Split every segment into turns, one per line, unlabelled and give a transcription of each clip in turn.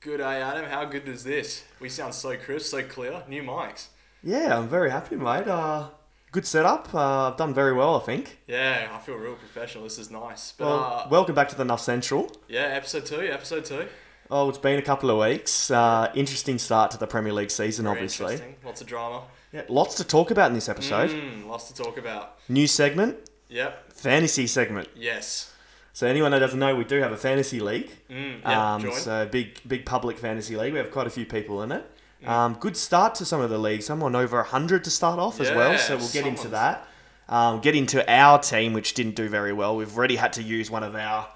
Good day, Adam. How good is this? We sound so crisp, so clear. New mics.
Yeah, I'm very happy, mate. Uh, good setup. Uh, I've done very well, I think.
Yeah, I feel real professional. This is nice. But
Well,
uh,
welcome back to the Nuff Central.
yeah, episode two, episode two.
Oh, it's been a couple of weeks. Uh, interesting start to the Premier League season,
Very
obviously.
interesting. Lots of drama.
Yeah, lots to talk about in this episode.
Mm, lots to talk about.
New segment,
Yep.
fantasy segment.
Yes.
So anyone that doesn't know, we do have a fantasy league.
Mm, yep.
Um,
join.
so big, big public fantasy league. We have quite a few people in it.
Mm.
Um, good start to some of the leagues. Someone over hundred to start off as well.
Yeah,
So we'll get into
someone's-
that. Um, get into our team, which didn't do very well. We've already had to use one of our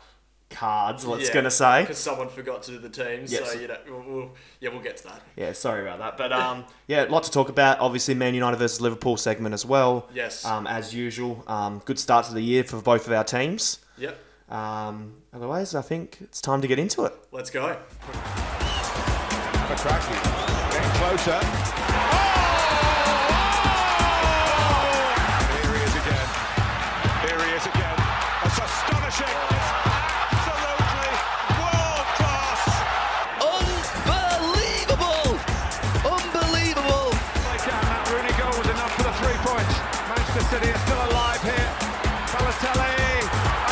cards. Let's
Yeah,
gonna say.
Because someone forgot to do the team,
Yes.
so you know, we'll, we'll, yeah, we'll get to that.
Yeah, sorry about that. But um, yeah, a lot to talk about. Obviously, Man United versus Liverpool segment as well.
Yes.
Um, as usual, um, good start to the year for both of our teams.
Yep.
Um, otherwise, I think it's time to get into it.
Let's go.
Patraki getting closer. Oh! Here he is again. Here he is again. That's astonishing. It's absolutely world class.
Unbelievable! Unbelievable!
They can. That Rooney goal was enough for the three points. Manchester City are still alive here. Balotelli,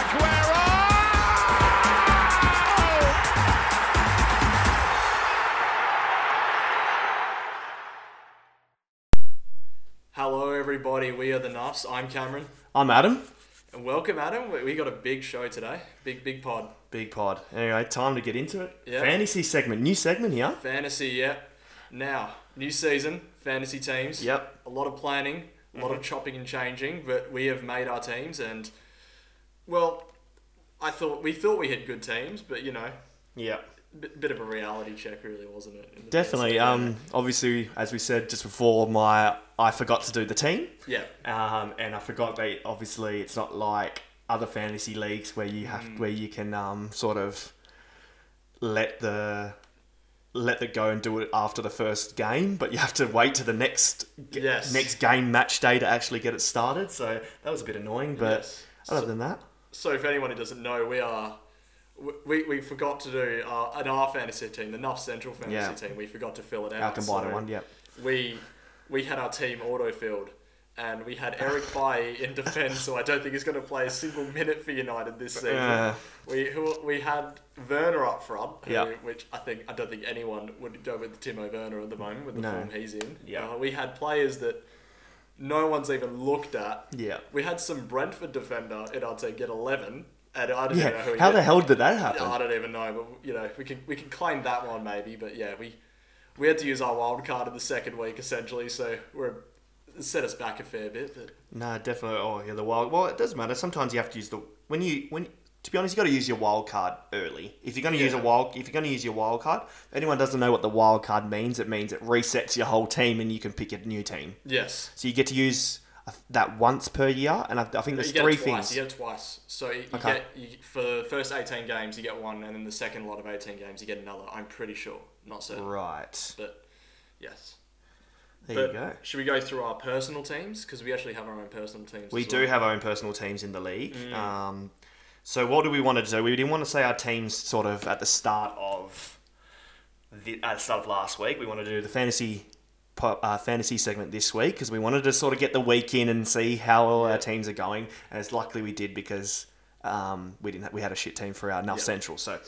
Aguero.
Hello, everybody. We are the Nuffs. I'm Cameron.
I'm Adam.
And welcome, Adam. We, we got a big show today. Big, big pod.
Big pod. Anyway, time to get into it.
Yeah.
Fantasy segment, new segment here.
Fantasy, yep. Now, new season, fantasy teams.
Yep. Mm-hmm.
A lot of planning, a lot of chopping and changing, but we have made our teams and well, I thought we thought we had good teams, but you know,
Yeah.
b- bit of a reality check really, wasn't it? in the
Definitely.
first-
Um, obviously, as we said just before, my I forgot to do the team,
yeah.
um, and I forgot that obviously it's not like other fantasy leagues where you have
Mm.
where you can um, sort of let the let it go and do it after the first game, but you have to wait to the next g-
Yes.
next game match day to actually get it started. So that was a bit annoying, but
Yes.
other than that,
So if anyone who doesn't know, we are we, we forgot to do our, an R fantasy team, the Nuff Central fantasy
Yeah.
team. We forgot to fill it out.
our combined
so-
one, yep.
we we had our team autofilled and we had Eric Bailly in defence, so I don't think he's going to play a single minute for United this season.
Yeah.
We who, we had Werner up front, who,
Uh. Yeah.
which I think I don't think anyone would go with Timo Werner at the moment with the
No.
form he's in.
Yeah.
Uh, we had players that no one's even looked at.
Yeah.
we had some Brentford defender in our team get eleven, and I don't know who.
Yeah,
he
how the
is.
hell did that
Yeah, I
happen?
don't even know, but you know, we can we can claim that one maybe, but yeah, we we had to use our wild card in the second week essentially, so we're it set us back a fair bit. But
No, definitely. Oh, yeah, the wild. Well, it does matter. Sometimes you have to use the when you when to be honest, you got to use your wild card early. If you're going to use a
Yeah.
wild, if you're going to use your wild card, if anyone doesn't know what the wild card means, it means it resets your whole team and you can pick a new team.
yes,
So you get to use uh, that once per year, and I, I think there's
you get
three
it twice,
things.
You get it twice, so you, you
Okay.
get you, for the first eighteen games you get one, and then the second lot of eighteen games you get another. I'm pretty sure, not certain,
Right.
but yes.
There
but
you go.
Should we go through our personal teams because we actually have our own personal teams?
We
as
do
well.
have our own personal teams in the league.
Mm.
Um, so what do we want to do? We didn't want to say our teams sort of at the start of the at the start of last week. We want to do the fantasy po- uh, fantasy segment this week because we wanted to sort of get the week in and see how all our teams are going. And it's luckily we did because um, we didn't we had a shit team for our Nuff
Yeah.
Central. So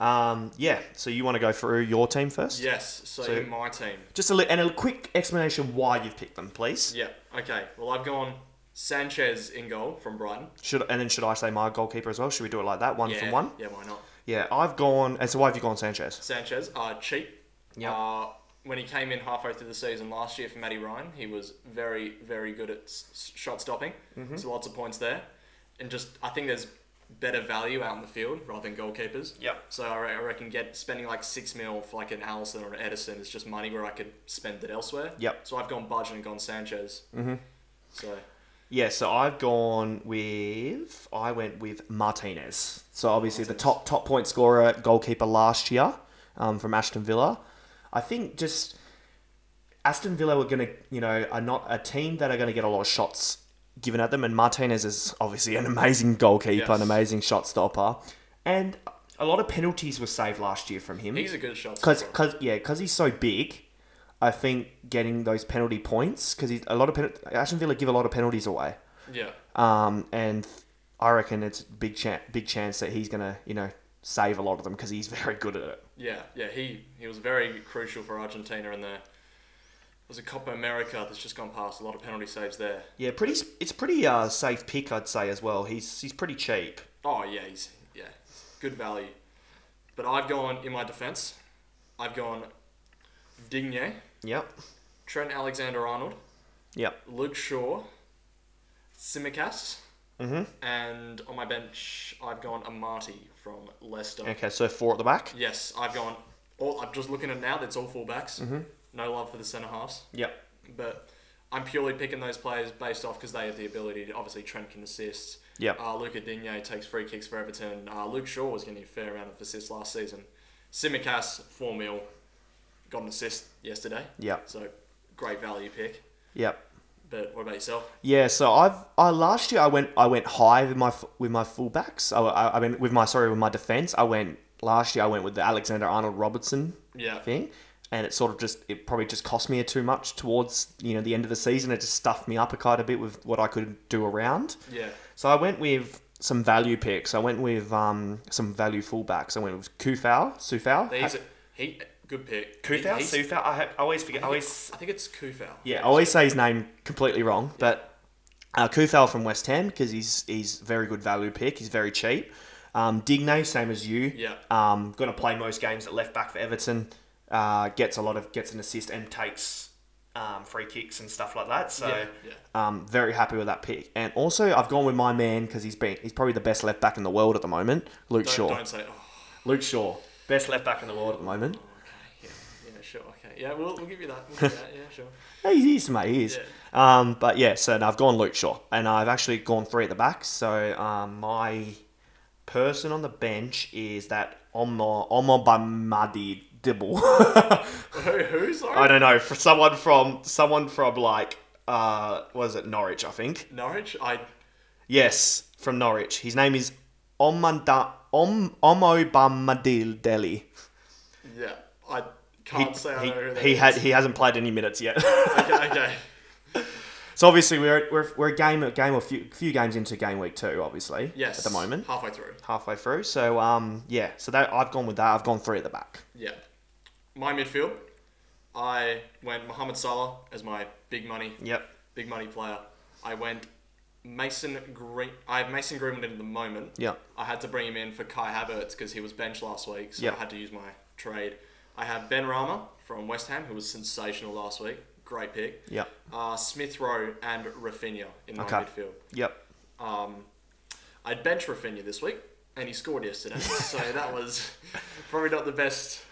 um, yeah, so you want to go through your team first?
Yes, so,
So-
in my team,
Just a li- and a quick explanation why you've picked them, please.
yeah. Okay, well I've gone Sanchez in goal from Brighton.
Should and then should I say my goalkeeper as well? Should we do it like that, one
yeah,
for one?
Yeah, why not?
Yeah, I've gone. And so, why have you gone Sanchez?
Sanchez, uh, cheap.
Yep.
Uh, when he came in halfway through the season last year for Matty Ryan, he was very, very good at s- s- shot stopping.
Mm-hmm.
So lots of points there. And just, I think there's better value out in the field rather than goalkeepers.
Yep.
So I, re- I reckon get spending like six mil for like an Allison or an Edison is just money where I could spend it elsewhere.
Yep.
So I've gone Budge and gone Sanchez. Mm-hmm. So
Yeah, so I've gone with. I went with Martinez. So obviously the top top point scorer, goalkeeper last year um, from Ashton Villa. I think just Aston Villa are going to, you know, are not a team that are going to get a lot of shots given at them, and Martinez is obviously an amazing goalkeeper,
Yes.
an amazing shot stopper, and a lot of penalties were saved last year from him.
He's a good shot
Cause,
scorer.
cause, yeah, because he's so big, I think getting those penalty points because a lot of pen- Aston Villa give a lot of penalties away,
yeah.
um, and I reckon it's big chan big chance that he's gonna you know save a lot of them because he's very good at it.
Yeah, yeah, he, he was very crucial for Argentina in the was a Copa America that's just gone past. A lot of penalty saves there.
Yeah, pretty. s- It's pretty uh, safe pick, I'd say as well. He's he's pretty cheap.
Oh yeah, he's yeah, good value. But I've gone in my defence. I've gone Digne,
Yep.
Trent Alexander-Arnold,
Yep.
Luke Shaw, Simicast, and on my bench I've gone Amati from Leicester.
Okay, so four at the back.
Yes, I've gone. All, I'm just looking at it now. That's all fullbacks. No love for the centre halves.
Yep.
but I'm purely picking those players based off because they have the ability. to Obviously, Trent can assist.
Yep.
Uh, Luca Digne takes free kicks for Everton. Uh, Luke Shaw was getting a fair amount of assists last season. Simicas, 4 mil, got an assist yesterday.
Yep.
So, great value pick.
Yep.
But what about yourself?
Yeah, so I've I last year I went I went high with my f- with my fullbacks. I, I, I mean with my sorry with my defense. I went last year I went with the Alexander Arnold Robertson
Yeah.
thing, and it sort of just it probably just cost me too much towards you know the end of the season. It just stuffed me up a quite a bit with what I could do around.
Yeah.
So I went with some value picks. I went with um some value fullbacks. I went with Kufau, Sufau,
He's a, he, good pick.
Kufau,
He- he's-
Sufau. I, ha- I always forget. I always
I think it's Kufau.
yeah, I always say his name completely wrong, but uh, Kufal from West Ham because he's he's very good value pick. He's very cheap. Um, Digne, same as you.
Yeah.
Um, going to play most games at left back for Everton. Uh, gets a lot of gets an assist and takes um, free kicks and stuff like that. So
Yeah, yeah.
um, very happy with that pick. And also, I've gone with my man because he's been he's probably the best left back in the world at the moment. Luke
Don't,
Shaw.
don't say, oh,
Luke Shaw, best left back in the world at the moment.
okay. Yeah, yeah sure. Okay. Yeah, we'll, we'll give you that. We'll give you that. Yeah, sure.
Yeah, he is, mate. He is. Um, but yeah, so now I've gone Luke Shaw, and I've actually gone three at the back. So um, my person on the bench is that Omar Omar Bamadi Dibble.
Who, who? Sorry?
I don't know for someone from someone from like uh, was it Norwich? I think
Norwich? I.
yes, from Norwich. His name is Omanda Om Omo Bamadil Deli.
Yeah, I
He,
can't say I know who
he,
that
he,
is.
had, he hasn't played any minutes yet.
okay, okay.
So obviously we're we're, we're a game a game or few, few games into game week two, obviously.
Yes.
At the moment,
halfway through.
halfway through. So um yeah, so that I've gone with that. I've gone three at the back.
Yeah, my midfield. I went Mohamed Salah as my big money.
Yep.
Big money player. I went Mason Green. I have Mason Greenwood in at the moment.
Yep.
I had to bring him in for Kai Havertz because he was benched last week, so
Yep.
I had to use my trade. I have Ben Rama from West Ham, who was sensational last week. Great pick.
Yep.
Uh, Smith Rowe and Rafinha in my
Okay.
midfield.
Yep.
Um, I'd bench Rafinha this week, and he scored yesterday, so that was probably not the best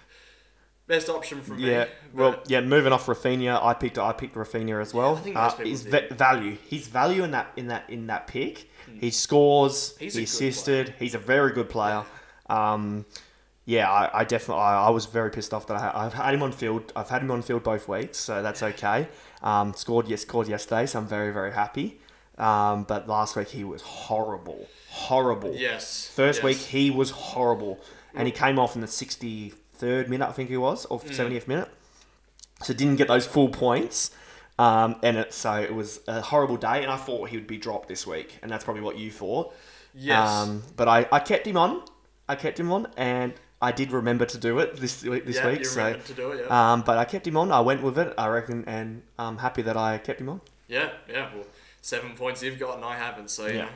best option for me.
Yeah.
but-
Well, yeah. Moving off Rafinha, I picked I picked Rafinha as well.
I think
uh,
most people
his
did.
va- value, his value in that in that in that pick, he scores,
Hmm. He's a
he
good player.
assisted, he's a very good player. Um, yeah, I, I definitely I, I was very pissed off that I had, I've had him on field. I've had him on field both weeks, so that's okay. Um, scored yes, scored yesterday, so I'm very very happy. Um, but last week he was horrible, horrible.
yes.
First
yes.
week he was horrible, and he came off in the sixty third minute, I think he was, or
Mm.
seventieth minute. So didn't get those full points, um, and it, so it was a horrible day. And I thought he would be dropped this week, and that's probably what you thought.
Yes.
Um, but I, I kept him on. I kept him on, and I did remember to do it this week. This
Yeah,
week,
you
so.
remembered to do it, yeah.
Um, but I kept him on. I went with it, I reckon, and I'm happy that I kept him on.
yeah, yeah. Well, seven points you've got and I haven't, so you
Yeah.
know.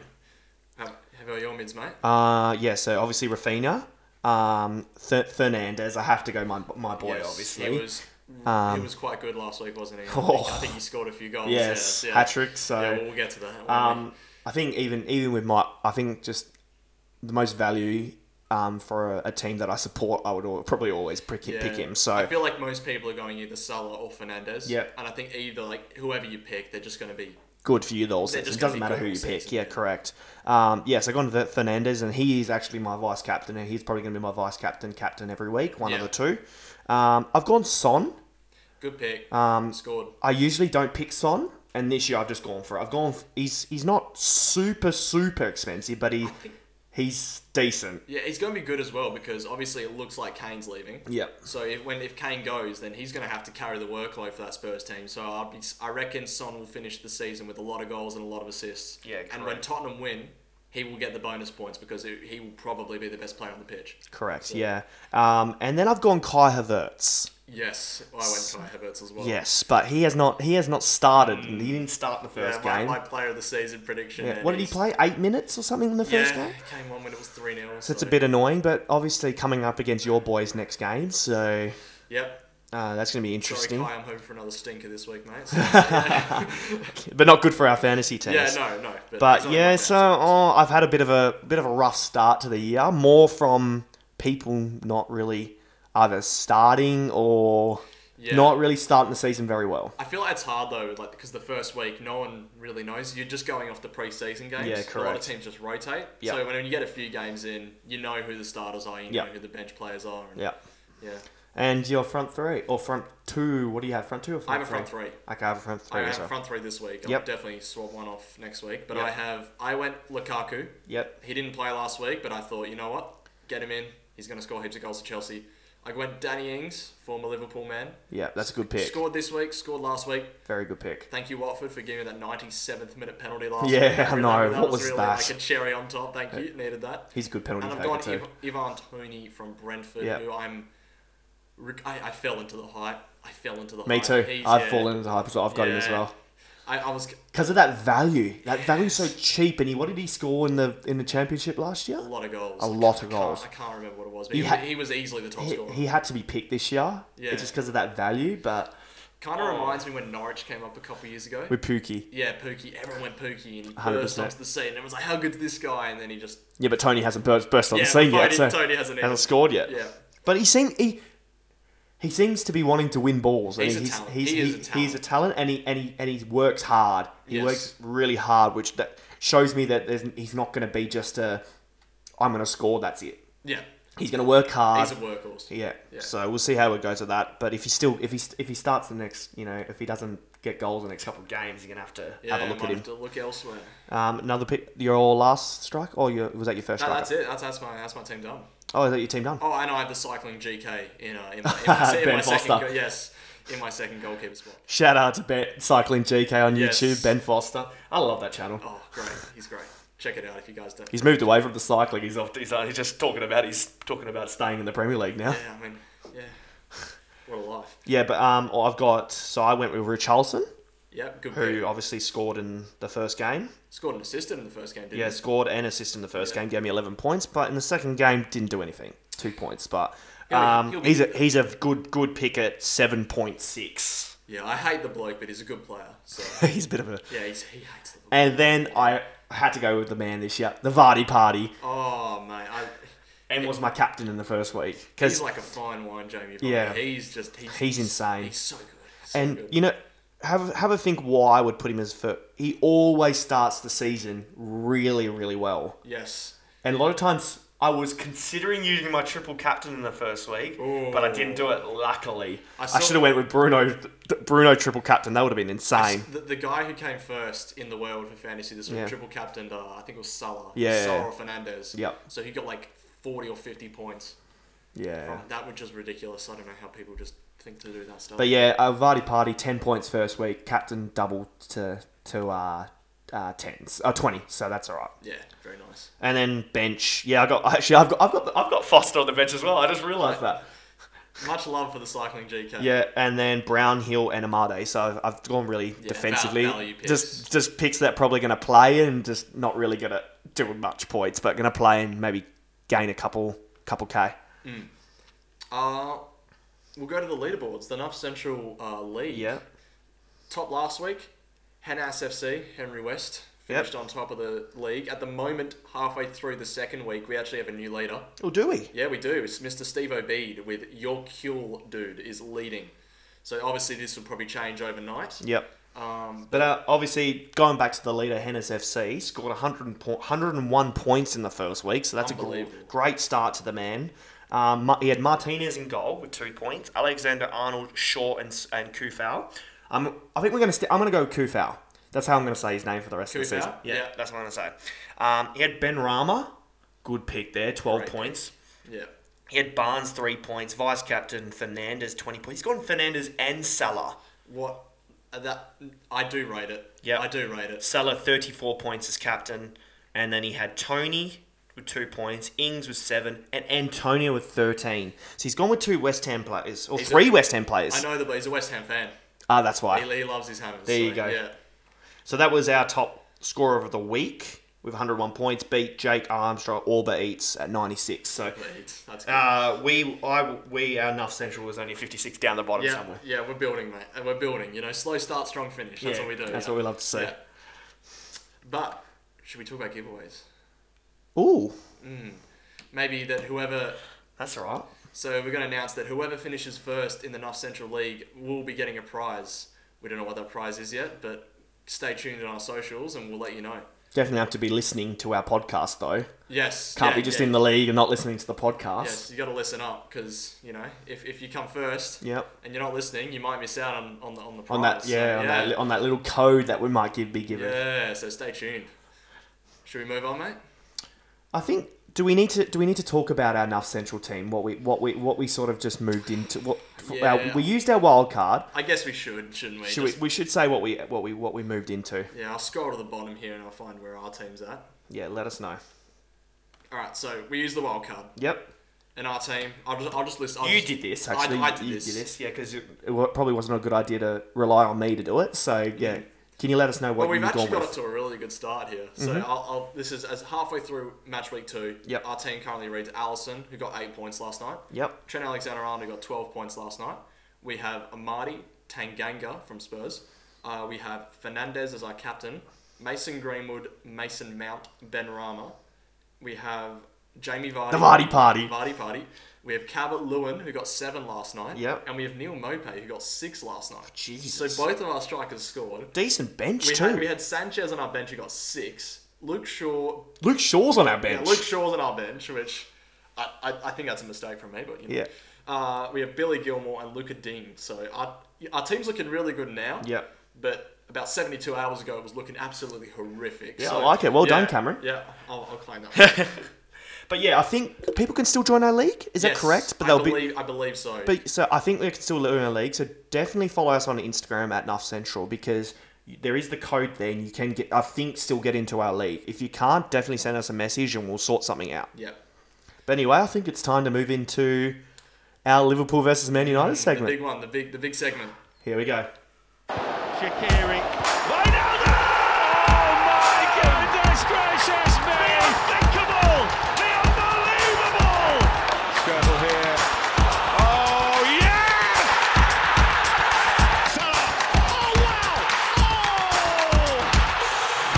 How, how about your mids, mate?
Uh, yeah, so obviously Rafinha, um, Fer- Fernandez. I have to go my, my boy,
Yes,
obviously. Um,
He was, he was quite good last week, wasn't he? I,
Oh.
think, I think he scored a few goals.
yes,
yeah.
hat trick. So
Yeah, well, we'll get to that. won't we?
um, I think even even with my, I think just the most value um, for a, a team that I support, I would al- probably always pick, pick him.
I
So
feel like most people are going either Salah or Fernandez.
Yep.
And I think either like whoever you pick, they're just going to be
good for you, though. all
They're
season. It
just gonna
doesn't
be
matter
good
who
all
you pick.
season,
Yeah,
yeah.
correct. Um, yeah, so I've gone with Fernandez, and he is actually my vice captain, and he's probably going to be my vice captain, captain every week, one of
Yeah.
the two. Um, I've gone Son.
good pick. Um, scored.
I usually don't pick Son, and this year I've just gone for it. I've gone. He's he's not super super expensive, but he he's decent.
Yeah, he's going to be good as well because obviously it looks like Kane's leaving.
Yep.
So if, when if Kane goes, then he's going to have to carry the workload for that Spurs team. So I'll be, I reckon Son will finish the season with a lot of goals and a lot of assists.
Yeah,
And when
correct.
Tottenham win, he will get the bonus points because it, he will probably be the best player on the pitch.
Correct. Yeah. Um, and then I've gone Kai Havertz.
Yes, I went Kai Havertz as well.
Yes, but he has not. He has not started. He didn't start the
Hmm. Yeah,
first
my,
game.
my player of the season prediction.
yeah.
and
What did he
he's-
play? Eight minutes or something in the
Yeah,
first game.
came on when it was 3 0.
So it's a bit annoying, but obviously coming up against your boys next game, so
Yep.
uh, that's going to be
Sorry,
interesting.
Kai, I'm home for another stinker this week, mate. So, yeah,
but not good for our fantasy teams.
Yeah, no, no. But, it's
But
not
yeah,
like that.
so oh, I've had a bit of a bit of a rough start to the year, more from people not really either starting or
Yeah.
not really starting the season very well.
I feel like it's hard though, like because the first week no one really knows. You're just going off the preseason games.
Yeah,
A lot of
correct.
teams just rotate.
Yeah.
So when you get a few games in, you know who the starters are, you
Yeah.
know who the bench players are. And
Yeah.
Yeah.
And your front three or front two? What do you have? Front two or front
I have a front three.
Okay, I have a front three.
I have
as well.
front three this week. I'll
Yep.
definitely swap one off next week. But
Yep.
I have I went Lukaku.
Yep.
He didn't play last week, but I thought, you know what? Get him in. He's gonna score heaps of goals for Chelsea. I went Danny Ings, former Liverpool man.
Yeah, that's a good pick.
Scored this week, scored last week.
Very good pick.
Thank you, Watford, for giving me that 97th minute penalty last
Yeah,
week.
I
Really,
know.
That
What
was
was
really
that?
like a cherry on top. Thank you. Needed that.
He's a good penalty
and I've
taker
gone
too.
Iv- Ivan Tony from Brentford,
Yeah.
who I'm. rec- I, I fell into the hype. I fell into the
Me
hype.
too.
He's-
I've
yeah.
fallen into hype as well. I've got him as
Yeah.
well.
I, I was
Because of that value, that value's so cheap. And he, what did he score in the in the championship last year?
a lot of goals.
A lot of
I can't-
goals.
I can't remember what it was, but
He
he,
ha-
he was easily the top
He,
scorer.
he had to be picked this year.
Yeah.
It's just because of that value, but
Kind of reminds me when Norwich came up a couple years ago.
with Pookie.
yeah, Pookie. Everyone went Pookie and
100%.
burst onto the scene. Everyone's like, "How good's this guy?" And then he just
Yeah, but Tony hasn't burst, burst on
yeah,
the scene
Tony,
yet. So
Tony hasn't, even-
hasn't scored yet.
Yeah.
But he seems he he seems to be wanting to win balls.
He's
I mean,
a
he's,
talent.
He's,
He is a
He's a talent, and he and he and he works hard. He
Yes.
works really hard, which that shows me that there's, he's not going to be just a I'm going to score. That's it.
Yeah.
He's going to work hard.
He's a workhorse.
Yeah.
Yeah.
So we'll see how it goes with that. But if he still, if he if he starts the next, you know, if he doesn't get goals in the next couple of games, you're gonna have to
Yeah,
have a look
might
at him.
have to look elsewhere.
Um, another pick, your last strike, or your, was that your first
No,
strike?
that's it. That's, that's my that's my team done.
Oh, is that your team done?
Oh, and I have the cycling GK in uh, in my, in my, se- in
Ben
my second
Foster.
go- yes in my second goalkeeper spot.
Shout out to ben, Cycling GK on
Yes.
YouTube, Ben Foster. I love that channel.
Oh, great! He's great. Check it out if you guys don't.
He's moved away from the cycling. He's off. He's, uh, he's just talking about. He's talking about staying in the Premier League now.
yeah, I mean, yeah. What a life.
Yeah, but um, oh, I've got. So I went with Richarlison,
Yep, good.
who
pick.
obviously scored in the first game.
Scored an assist in the first game, didn't
Yeah,
he?
scored and assist in the first
Mm-hmm. Yeah.
game, gave me 11 points, but in the second game didn't do anything. Two points, but
He'll be-
um,
he'll be-
he's a he's a good good pick at 7.6.
Yeah, I hate the bloke, but he's a good player. So
he's a bit of a.
yeah, he's, he hates the bloke.
And then I had to go with the man this year, the Vardy party,
Oh mate, I,
and was my captain in the first week
he's
because
like a fine wine, Jamie. Vardy.
Yeah.
he's just he's,
He's insane.
He's so good. So
and
good.
you know have have a think why I would put him as for he always starts the season really really well,
yes.
and a lot of times. I was considering using my triple captain in the first week, but I didn't do it. Luckily, I,
saw-
should have went with Bruno. th- Bruno triple captain. That would have been insane.
The, the guy who came first in the world for fantasy this week,
Yeah.
triple captained, uh, I think it was Salah.
Yeah.
Salah or Fernandez.
Yep.
So he got like 40 or 50 points.
Yeah,
From, that was just ridiculous. I don't know how people just think to do that stuff.
but yeah, uh, Vardy party ten points first week. Captain double to to uh, uh tens uh, twenty. So that's all right.
yeah, very nice.
And then bench. Yeah, I got actually I've got I've got I've got Foster on the bench as well. I just realised that.
Much love for the cycling GK.
Yeah, and then Brown, Hill, and Amade. So I've, I've gone really defensively.
val- value picks.
Just just picks that probably going to play and just not really going to do much points, but going to play and maybe gain a couple couple k.
Uh, we'll go to the leaderboards. The North Central uh, League.
Yeah.
Top last week, Hanas FC, Henry West,
Yep.
finished on top of the league. At the moment, halfway through the second week, we actually have a new leader.
Or do we?
Yeah, we do. It's Mr. Steve Obeid with Your Cule Dude is leading. So obviously this will probably change overnight.
Yep.
Um,
But uh, obviously, going back to the leader, Hennes FC scored 100 po- 101 points in the first week, so that's a gr-
Unbelievable.
great start to the man. Um, Ma- he had Martinez in goal with two points, Alexander Arnold, Shaw, and S- and Kufau. Um, I think we're going to. St- I'm going to go with Kufau. That's how I'm going to say his name for the rest of the
Kufau?
season.
Yeah.
that's what I'm going to say. Um, he had Ben Rama, good pick there, 12
Great pick.
points.
Yeah.
He had Barnes three points, vice captain Fernandez twenty points. He's gone Fernandez and Salah.
What uh, that I do rate it.
Yep.
I do rate it.
Salah thirty four points as captain, and then he had Tony with two points, Ings with seven, and Antonio with thirteen. So he's gone with two West Ham players or
He's
three
a-
West Ham players.
I know that, but he's a West Ham fan.
Ah, that's why.
He, he loves his Hammers.
There you
so,
go.
Yeah.
So that was our top scorer of the week with 101 points. Beat Jake Armstrong, all but Eats at 96. So
Leeds, That's good.
uh, we, I, we, our Nuff Central was only 56 down the bottom
yeah,
somewhere.
yeah, we're building, mate. And we're building. You know, slow start, strong finish. That's
Yeah,
what we do.
That's
yeah.
what we love to see.
Yeah. But should we talk about giveaways?
Ooh,
Maybe that whoever.
that's all right.
So we're going to announce that whoever finishes first in the Nuff Central League will be getting a prize. We don't know what that prize is yet, but stay tuned on our socials and we'll let you know.
Definitely have to be listening to our podcast though.
Yes.
Can't
yeah,
be just
yeah.
in the league and not listening to the podcast.
Yes, you got to listen up because you know if, if you come first,
Yep.
and you're not listening, you might miss out on on the on the prize.
On that,
So,
yeah, on that, on that little code that we might give, be given.
yeah. So stay tuned. Should we move on, mate?
I think do we need to do we need to talk about our Nuff Central team? What we what we what we sort of just moved into? What
Yeah.
our, we used our wild card.
I guess we should, shouldn't we?
Should
Just-
we, we should say what we what we what we moved into.
Yeah, I'll scroll to the bottom here and I'll find where our team's at.
Yeah, let us know.
All right, so we use the wild card
Yep.
and our team. I'll just I'll just list. I'll
You
just-
did this
I-
actually.
I, did
you
this.
did this, yeah, because it, it wa- probably wasn't a good idea to rely on me to do it. So yeah, can you let us know what
Mm. Well, we've
you've
actually
gone
got
with? Mm-hmm.
up to a really good start here. So I'll, I'll, this is as halfway through match week two.
Yep.
Our team currently reads Allison, who got eight points last night.
Yep.
Trent Alexander-Arnold, who got 12 points last night. We have Amadi Tanganga from Spurs. Uh, we have Fernandez as our captain. Mason Greenwood, Mason Mount, Ben Rama. We have Jamie Vardy.
The Vardy party.
Vardy party. We have Cabot Lewin, who got seven last night.
Yep.
And we have Neil Mope, who got six last night.
Jesus.
So both of our strikers scored.
Decent bench
We
too.
had, we had Sanchez on our bench, who got six. Luke Shaw.
Luke Shaw's on our
Yeah,
bench.
Luke Shaw's on our bench, which I, I, I think that's a mistake from me, but you know.
Yeah.
Uh, we have Billy Gilmore and Luca Dean. So our, our team's looking really good now.
Yep.
But about 72 hours ago, it was looking absolutely horrific.
Yeah, I
So,
like it. Well
yeah,
done, Cameron.
Yeah, I'll, I'll claim that. One.
But yeah, I think people can still join our league. Is that
Yes,
correct? But
I
they'll be.
believe, I believe so.
But so I think we can still join our league. So definitely follow us on Instagram at Nuff Central because there is the code there, and you can get. I think still get into our league. If you can't, definitely send us a message, and we'll sort something out.
yeah.
But anyway, I think it's time to move into our Liverpool versus Man United
The big
segment.
one, the big, the big segment.
Here we go.
Shakiri.
Wijnaldum! Oh my goodness gracious me! The unthinkable! The unbelievable! Scrabble here. Oh yes! Salah! Oh wow! Oh!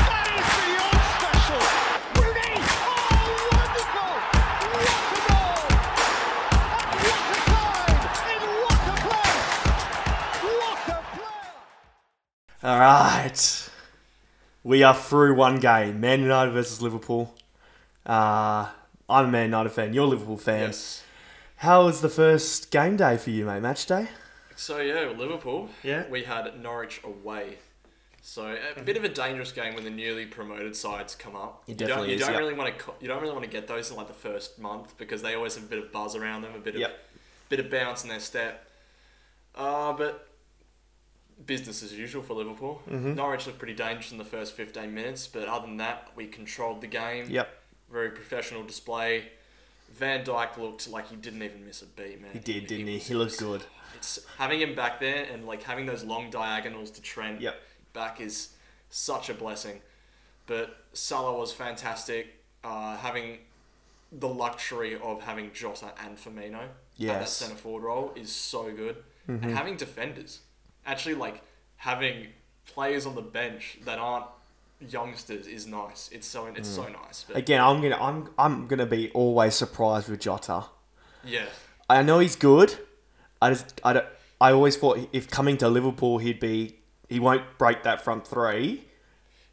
That is beyond special! Rooney! Oh wonderful! What a goal! And what a time! And what a play! What a play!
All right. We are through one game Man United versus Liverpool. Uh, I'm a Man United fan. You're a Liverpool fan.
Yes.
How was the first game day for you, mate? Match day?
So yeah, Liverpool.
Yeah. Mm-hmm.
We had Norwich away. So a bit of a dangerous game when the newly promoted sides come up.
It
you don't,
definitely
you
is,
don't
yeah.
really want to. You don't really want to get those in like the first month because they always have a bit of buzz around them, a bit of
Yep.
bit of bounce in their step. Uh, but business as usual for Liverpool.
Mm-hmm.
Norwich looked pretty dangerous in the first fifteen minutes, but other than that, we controlled the game.
Yep.
Very professional display. Van Dyke looked like he didn't even miss a beat, man.
He did, didn't he?
was-
He looked good.
it's having him back there and like having those long diagonals to Trent
Yep.
back is such a blessing. But Salah was fantastic. Uh, having the luxury of having Jota and Firmino at that
Yes. Mm-hmm.
centre forward role is so good, and having defenders actually like having players on the bench that aren't youngsters is nice. It's so
Mm.
it's so nice. But
Again, I'm gonna I'm I'm gonna be always surprised with Jota.
yeah,
I know he's good. I just I don't, I always thought if coming to Liverpool he'd be he won't break that front three.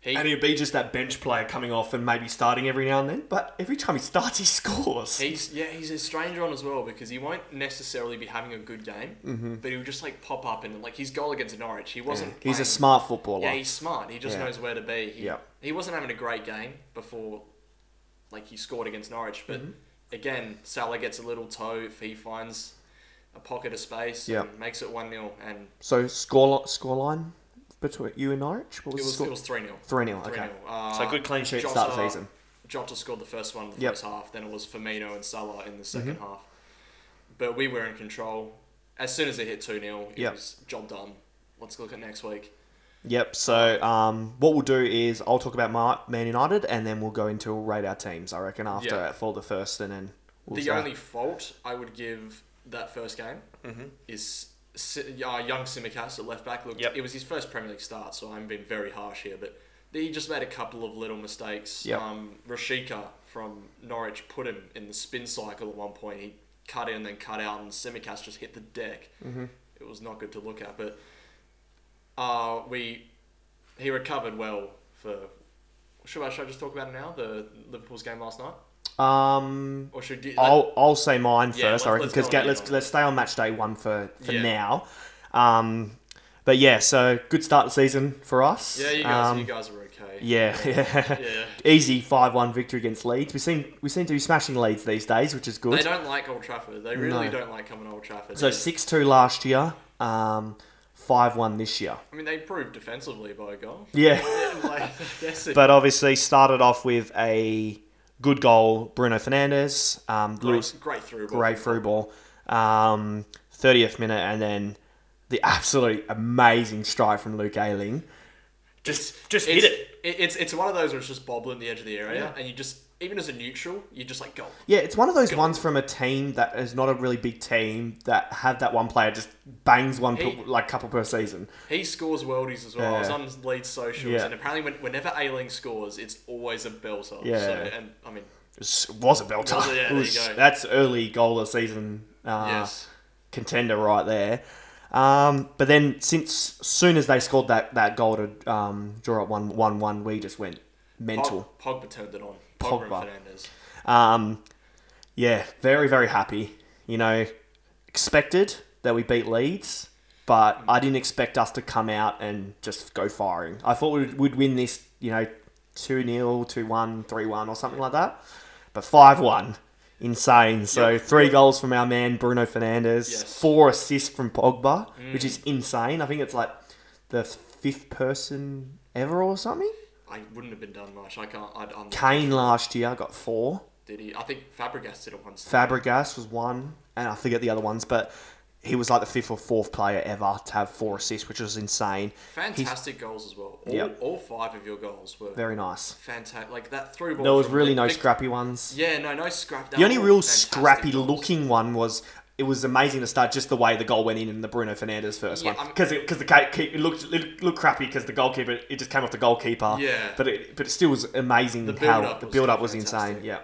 he
And he'd be just that bench player coming off and maybe starting every now and then. But every time he starts, he scores.
He's yeah, he's a stranger on as well because he won't necessarily be having a good game,
Mm-hmm.
but he'll just like pop up and like his goal against Norwich, he wasn't.
He's a
playing-
smart footballer.
Yeah, he's smart. He just
Yeah.
knows where to be. He,
Yeah.
he wasn't having a great game before like he scored against Norwich. But
Mm-hmm.
again, Salah gets a little toe if he finds a pocket of space
Yeah.
and makes it 1 0. And
So score scoreline between you and Norwich. What
it
was,
was,
the
it
score?
was 3 0.
3-0, okay. So good clean sheet to start the season.
Uh, Jota scored the first one in the
Yep. Mm-hmm.
first half, then it was Firmino and Salah in the 2nd half. But we were in control. As soon as it hit 2 0, it
Yep.
was job done. Let's look at next week.
Yep. So um, what we'll do is I'll talk about Ma- Man United and then we'll go into rate our teams. I reckon after
Yeah.
for the first and then we'll
The
start.
only fault I would give that first game
Mm-hmm.
is Si- uh, young Simicast at left back. Look,
Yep.
it was his first Premier League start, so I'm being very harsh here, but he just made a couple of little mistakes.
Yep.
Um, Rashika from Norwich put him in the spin cycle at one point. He cut in, then cut out, and Simicast just hit the deck.
Mm-hmm.
It was not good to look at, but uh, we he recovered well for. Should I, should I just talk about it now? The Liverpool's game last night,
um.
or should you,
I'll, I'll say mine
Yeah,
first,
let's-
I reckon,
let's
because
go on
let's,
that
let's,
one.
stay on match day one for, for
Yeah.
now. Um, but yeah, so good start to season for us.
Yeah, you guys,
Um,
you guys are okay.
Yeah, yeah.
Yeah.
Easy five-one victory against Leeds. We seem we seem to be smashing Leeds these days, which is
They
good.
don't like Old Trafford. They really
No.
don't like coming to Old Trafford.
So six-two last year, um, five-one this year.
I mean, they improved defensively by a goal.
Yeah,
like, I guess it,
but obviously started off with a good goal, Bruno Fernandez. Um,
great,
Lewis,
great through. ball.
great through ball. Um, 30th minute, and then the absolute amazing strike from Luke Ayling.
Just,
just
it's,
hit it.
It's it's one of those where it's just bobbling the edge of the area, and you just even as a neutral, you just like go.
Yeah, it's one of those ones from a team that is not a really big team that have that one player just bangs one
He-
per, like couple per season.
He scores worldies as well. I was
Yeah.
on Leeds socials,
Yeah.
and apparently when, whenever Ailing scores, it's always a belter.
Yeah.
So, and I mean,
It was a belter.
Was it? Yeah,
It
there you
was-
go.
That's early goal of season uh,
yes.
contender right there. Um, but then since soon as they scored that, that goal to um, draw up one one one, we just went mental.
Pog, Pogba turned it on. Pogba,
Pogba.
and Fernandez.
Um, yeah, very, very happy. You know, expected that we beat Leeds, but I didn't expect us to come out and just go firing. I thought we would win this, you know, 2 0, 2 1, 3 1, or something like that. But 5 1. Insane. So
Yeah.
three goals from our man Bruno Fernandez,
Yes.
four assists from Pogba, which is insane. I think it's like the fifth person ever or something.
I wouldn't have been done much. I can't. I'd, I'm,
Kane last year got four.
did he? I think Fabregas did it once.
Fabregas was one, and I forget the other ones, but he was like the fifth or fourth player ever to have four assists, which was insane. He's
Fantastic goals as well. All,
Yep.
all five of your goals were
very nice.
fantastic. Like that through ball.
There was
from
really
Vic-
no
Vic-
scrappy ones.
Yeah, no, no scrap. That
The only
was
real
fantastic
scrappy
goals.
looking one was it was amazing to start just the way the goal went in in the Bruno Fernandez first
Yeah,
one
I'm-
because because the ca- keep, it looked it looked crappy because the goalkeeper it just came off the goalkeeper.
Yeah.
but it but it still was amazing how
build-up
the
was
build up was
fantastic.
insane. Yeah,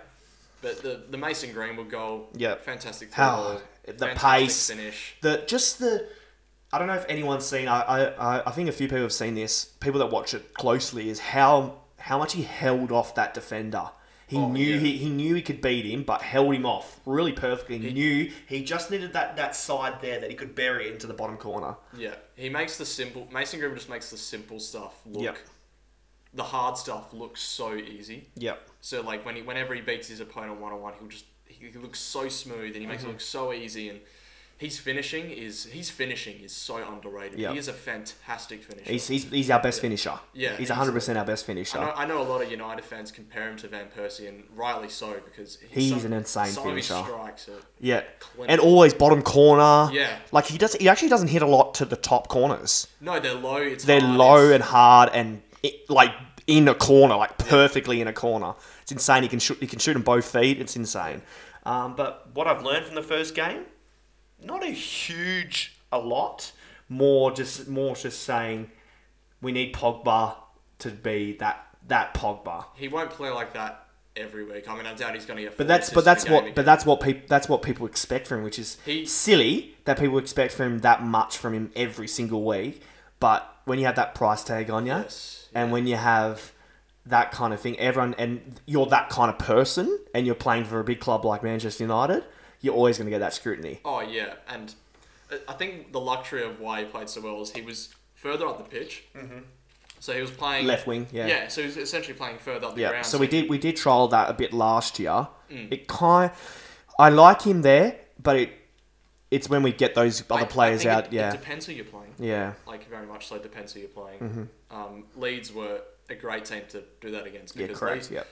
But the the Mason Greenwood goal.
Yep.
Fantastic. through
how
ball,
the
fantastic
pace,
finish.
the just the. I don't know if anyone's seen. I, I I- I think a few people have seen this. People that watch it closely is how how much he held off that defender. He
Oh,
knew
yeah.
he, he knew he could beat him, but held him off really perfectly. knew he just needed that, that side there that he could bury into the bottom corner.
Yeah, he makes the simple. Mason Greenwood just makes the simple stuff look.
Yep.
The hard stuff looks so easy.
Yep.
So like when he, whenever he beats his opponent one on one, he'll just he, he looks so smooth and he
Mm-hmm.
makes it look so easy and. His finishing is his finishing is so underrated.
Yep.
He is a fantastic finisher.
He's, he's, he's our best finisher.
Yeah,
He's hundred percent our best finisher.
I know, I know a lot of United fans compare him to Van Persie, and rightly so because
He's
some-
an insane
some of his
finisher.
strikes are-
Yeah.
Clinic.
And always bottom corner.
Yeah.
Like he does he actually doesn't hit a lot to the top corners.
no, they're low. It's
They're
hard,
low
it's-
and hard and it, like in a corner, like perfectly in a corner. It's insane. He can shoot. He can shoot on both feet. It's insane. Um, but what I've learned from the first game, not a huge, a lot. More just more just saying, we need Pogba to be that that Pogba.
he won't play like that every week. I mean, I doubt he's going to get.
But that's but that's what but that's what people that's what people expect from him, which is
He-
silly that people expect from him that much from him every single week. But when you have that price tag on you,
Yes,
and when you have that kind of thing, everyone and you're that kind of person, and you're playing for a big club like Manchester United, you're always going to get that scrutiny.
oh yeah, and uh, I- I think the luxury of why he played so well is he was further up the pitch. Mm-hmm. So he was playing
Left wing, yeah.
Yeah, so he was essentially playing further up the
Yeah.
ground.
So we did we did trial that a bit last year.
Mm.
It kind I like him there, but it it's when we get those
I-
other
I
players
think
out.
It,
yeah.
it depends who you're playing.
yeah. Mm-hmm.
Like very much so depends who you're playing. Um, Leeds were a great team to do that against
Yeah.
because Leeds,
Correct. Yep.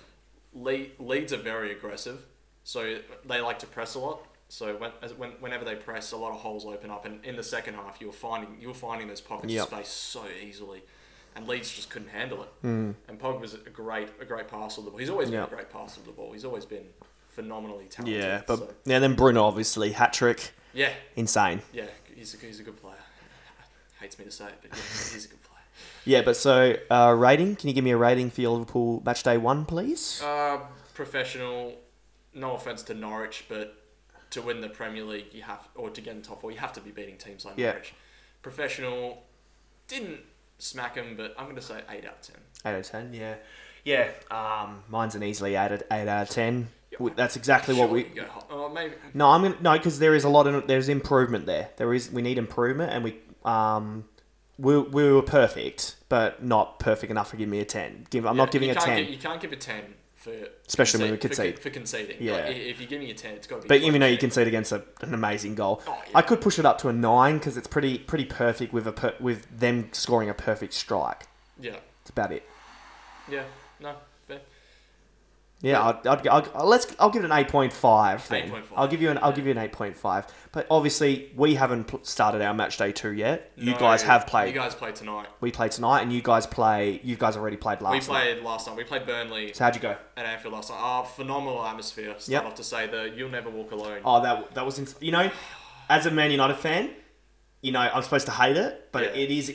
Le- Leeds are very aggressive, so they like to press a lot. So when, as, when, whenever they press, a lot of holes open up, and in the second half, you're finding you're finding those pockets
Yep.
of space so easily, and Leeds just couldn't handle it. And Pogba's a great a great passer of the ball. He's always been
Hmm. Yep.
a great passer of the ball. He's always been phenomenally talented.
Yeah. But
so-
yeah, then Bruno obviously hat trick,
yeah,
insane.
yeah, he's a, he's a good player. Hates me to say it, but yeah, he's a good player.
Yeah. But so uh, rating, can you give me a rating for your Liverpool match day one, please?
Uh, professional. No offense to Norwich, but to win the Premier League, you have or to get in top four, you have to be beating teams like
Yeah.
Norwich. Professional didn't smack him, but I'm going to say eight out of ten.
Eight out of ten. Yeah. Yeah. Um, mine's an easily eight out, eight out of ten. W- That's exactly what
Sure,
we.
you go ho- oh, maybe
No, I'm gonna no because there is a lot of there's improvement there. There is we need improvement, and we um we, we were perfect, but not perfect enough to give me a ten. Give I'm not
Yeah,
giving
you
a
can't
ten.
gi- you can't give a ten for
Especially when we
concede- for
concede.
con- for, conceding.
Yeah.
Like, i- if you give me a ten, it's got to be.
but even
close.
though you concede against a, an amazing goal,
Oh, yeah.
I could push it up to a nine because it's pretty pretty perfect with a per, with them scoring a perfect strike.
yeah,
That's about it.
yeah, no, fair.
Yeah, I'd, I'd, I'd, I'll- let's. I'll give it an eight point five. Then
8.5.
I'll give you an. I'll give you an eight point five. But obviously, we haven't pl- started our match day two yet. You
No,
guys have played.
You guys played tonight.
we play tonight, and you guys play. You guys already played last.
We
night.
played last night. We played Burnley.
So how'd you go?
at Anfield last night. Ah, phenomenal atmosphere. Start
Yep.
off to say the "You'll Never Walk Alone."
Oh, that that was ins- you know, as a Man United fan, you know I'm supposed to hate it, but
Yeah.
it is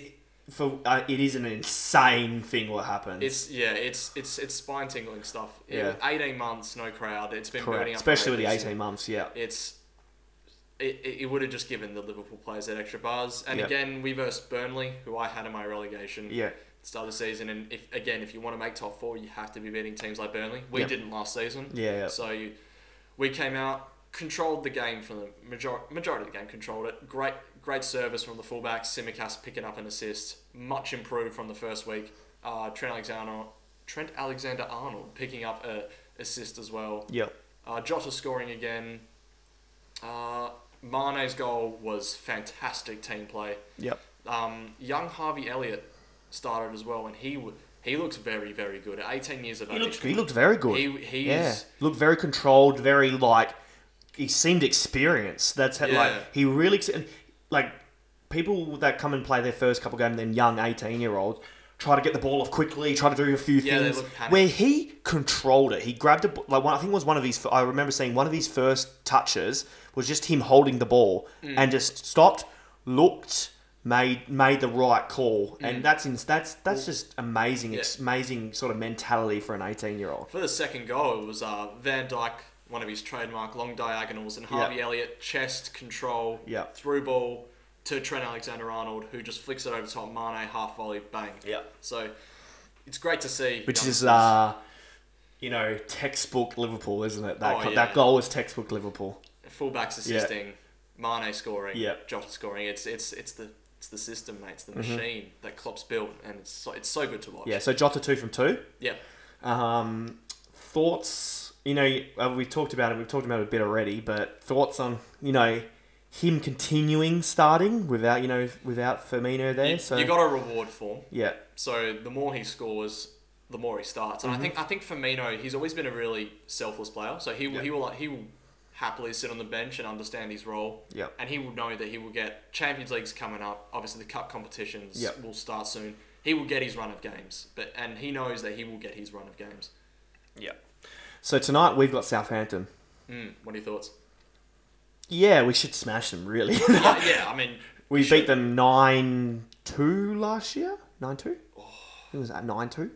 for uh, it is an insane thing what happens.
It's yeah, it's it's it's spine tingling stuff.
Yeah.
Yeah. eighteen months, no crowd. It's been
Correct.
building up,
especially with the
this.
18 months. Yeah,
It's it, it, it would have just given the Liverpool players that extra buzz. And
Yeah.
again, we versed Burnley, who I had in my relegation.
Yeah.
at the Start of the season, and if again, if you want to make top four, you have to be beating teams like Burnley. We
Yep.
didn't last season.
Yeah, yeah.
So you, we came out, controlled the game from the major- majority of the game, controlled it. Great, great service from the fullback. Simicast picking up an assist, much improved from the first week. Uh, Trent Alexander, Trent Alexander Arnold picking up a assist as well.
yeah,
Uh, Jota scoring again. Uh, Mane's goal was fantastic team play.
yeah.
Um, young Harvey Elliott started as well, and he w- he looks very very good at 18 years of
He
age.
looked he looked very good.
He- he
yeah,
is-
looked very controlled, very like he seemed experienced. That's how,
Yeah.
like he really ex- and, like people that come and play their first couple games, then young 18 year olds. Try to get the ball off quickly. Try to do a few
Yeah, they
things.
look panicked.
Where he controlled it, he grabbed a b- like one. I think it was one of his. I remember seeing one of his first touches was just him holding the ball
Mm.
and just stopped, looked, made made the right call,
Mm.
and that's in, that's that's just amazing. It's amazing sort of mentality for an 18 year old.
For the second goal, it was uh, Van Dyke, one of his trademark long diagonals, and Harvey Elliott chest control,
Yeah.
through ball to Trent Alexander Arnold, who just flicks it over top Mane half volley, bang.
Yeah.
So it's great to see.
which
young
is
players.
uh you know textbook Liverpool, isn't it? That
Oh,
co-
yeah.
that goal was textbook Liverpool.
fullbacks assisting, Mane scoring,
Yeah.
Jota scoring. It's it's it's the it's the system, mate. It's the machine that Klopp's built, and it's so, it's so good to watch.
Yeah, so Jota two from two.
Yeah.
Um, thoughts? You know, uh, we talked about it. We've talked about it a bit already, but thoughts on you know him continuing starting without you know without Firmino there. so
you got to reward form.
yeah,
So the more he scores, the more he starts. And I think I think Firmino, he's always been a really selfless player. So he will he will like, he will happily sit on the bench and understand his role.
Yep.
And he will know that he will get Champions League's coming up. Obviously, the cup competitions
Yep.
will start soon. He will get his run of games, but and he knows that he will get his run of games.
yeah. So tonight we've got Southampton.
Hmm, what are your thoughts?
Yeah, we should smash them. Really,
Uh, yeah, I mean,
we
should-
beat them nine two last year. Nine two.
Oh.
It was at nine two.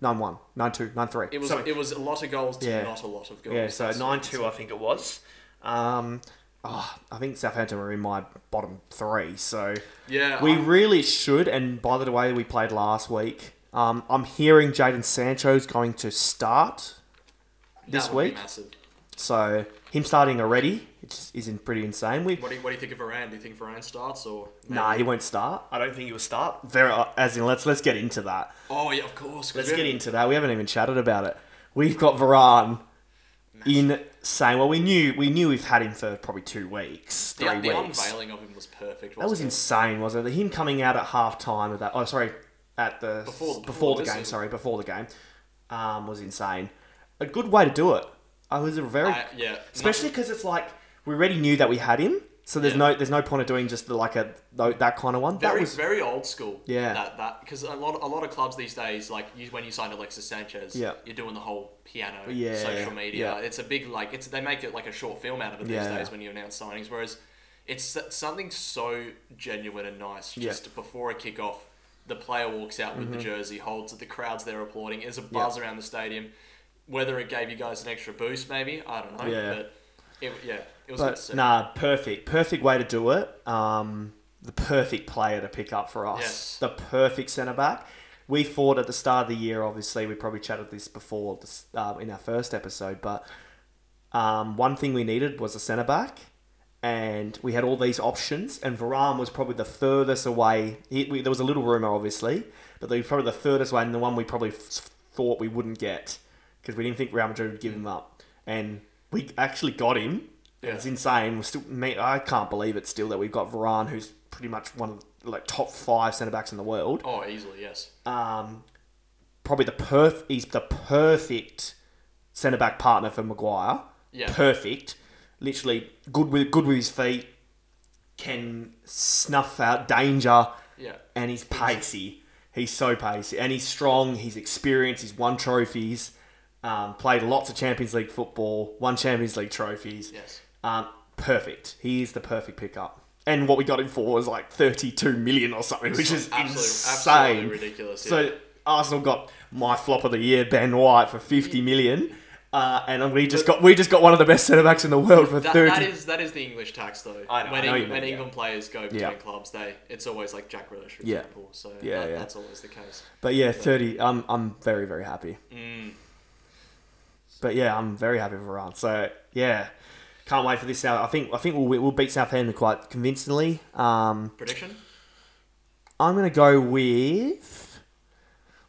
Nine one, nine two, nine three.
It was
Something.
it was a lot of goals to
Yeah.
not a lot of goals.
Yeah, so
That's-
nine two, I think it was. Um, ah, I think Southampton were in my bottom three, so
Yeah,
we
I'm-
really should. And by the way, we played last week. Um, I'm hearing Jaden Sancho's going to start
that
this
would be
week.
massive.
So him starting already it just isn't pretty insane. We
What do you, what do you think of Varane? Do you think Varane starts or?
nah, he won't start. I don't think he will start. Very uh, as in let's let's get into that.
Oh yeah, of course. 'cause
Let's
we
get
haven't-
into that. We haven't even chatted about it. We've got Varane insane. Well, we knew we knew we've had him for probably two weeks, three
The, the
weeks.
unveiling of him was perfect.
That was
wasn't it?
insane, wasn't it? Him coming out at half time of that. Oh, sorry, at the
Before-
before,
before
the
this
game.
is-
Sorry, before the game, um, was insane. A good way to do it. I was a very
I- Uh, yeah,
especially because it's like we already knew that we had him, so there's
Yeah.
no there's no point of doing just the, like a tho- that kind of one.
very
that was
very old school.
Yeah.
That that because a lot a lot of clubs these days like you, when you sign Alexis Sanchez,
Yeah.
you're doing the whole piano,
Yeah,
social media.
yeah.
It's a big like it's they make it like a short film out of it these
Yeah.
days when you announce signings. Whereas it's s- something so genuine and nice.
Yeah. Mm-hmm.
Just before a kickoff, the player walks out with the jersey, holds it, the crowds there applauding. There's a buzz around the stadium. Whether it gave you guys an extra boost, maybe I don't know.
Yeah.
But it, yeah, it was good to
but
see.
nah, perfect, perfect way to do it. Um, the perfect player to pick up for us.
Yes.
The perfect centre back. We thought at the start of the year, obviously, we probably chatted this before this, uh, in our first episode, but um, one thing we needed was a centre back, and we had all these options. And Varane was probably the furthest away. He, we, there was a little rumor, obviously, but they were probably the furthest away, and the one we probably f- thought we wouldn't get because we didn't think Real Madrid would give him up. And we actually got him.
Yeah.
It's insane. We're still, mate, I can't believe it still that we've got Varane, who's pretty much one of the like, top five centre backs in the world
Oh, easily yes.
um, probably the perf he's the perfect centre back partner for Maguire.
Yeah.
Perfect. Literally good with good with his feet, can snuff out danger.
Yeah.
And he's pacey. He's so pacey. And he's strong, he's experienced, he's won trophies, um, played lots of Champions League football, won Champions League trophies.
Yes.
Um, perfect. He is the perfect pickup. And what we got him for was like 32 million or something, which is
Absolute-
insane.
absolutely ridiculous, yeah.
So Arsenal got my flop of the year, Ben White, for 50 million. Uh, and we just got we just got one of the best centre backs in the world for
That,
30.
that is that is the English tax though.
I know,
when
I
Eng-
know you mean,
when
yeah.
England players go between
Yeah.
clubs, they it's always like Jack Grealish, for
Yeah.
example. So
Yeah,
that-
yeah.
that's always the case.
but yeah, 30. I'm I'm very very happy.
Mm.
But yeah, I'm very happy for Iran. So yeah, can't wait for this. Now I think I think we'll we'll beat Southampton quite convincingly. Um,
Prediction?
I'm going to go with.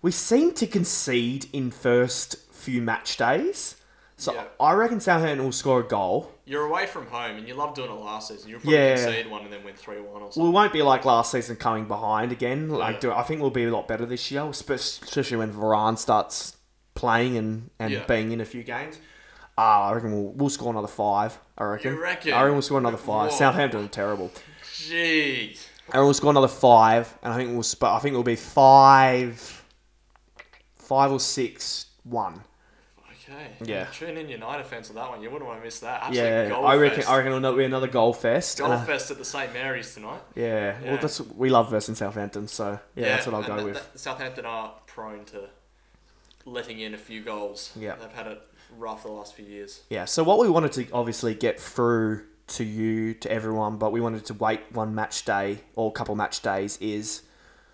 We seem to concede in first few match days. So
Yeah.
I reckon Southampton will score a goal.
You're away from home, and you love doing it last season. You'll probably
Yeah.
concede one and then win three one or something.
We won't be like last season coming behind again. Like
Yeah.
do, I think we'll be a lot better this year, espe- especially when Varane starts playing and, and
Yeah.
being in a few games. Ah, I reckon we'll, we'll score another five. I reckon.
You reckon?
I reckon we'll score another five.
Whoa.
Southampton are terrible.
Jeez.
And we'll score another five, and I think we'll. Sp- I think we'll be five, five or six one.
Okay.
Yeah.
Tune in United fans for that one. You wouldn't want to miss that. Absolute
Yeah,
goal
I reckon. uh,
fest.
I reckon it'll be another goal fest.
Goal
and I-
fest at the St Mary's tonight.
yeah.
Yeah.
well, that's we love versus Southampton, so yeah, that's what I'll
and
go
that-
with.
that- Southampton are prone to letting in a few goals.
Yeah.
They've had it rough the last few years.
Yeah. So what we wanted to obviously get through to you to everyone, but we wanted to wait one match day or a couple match days is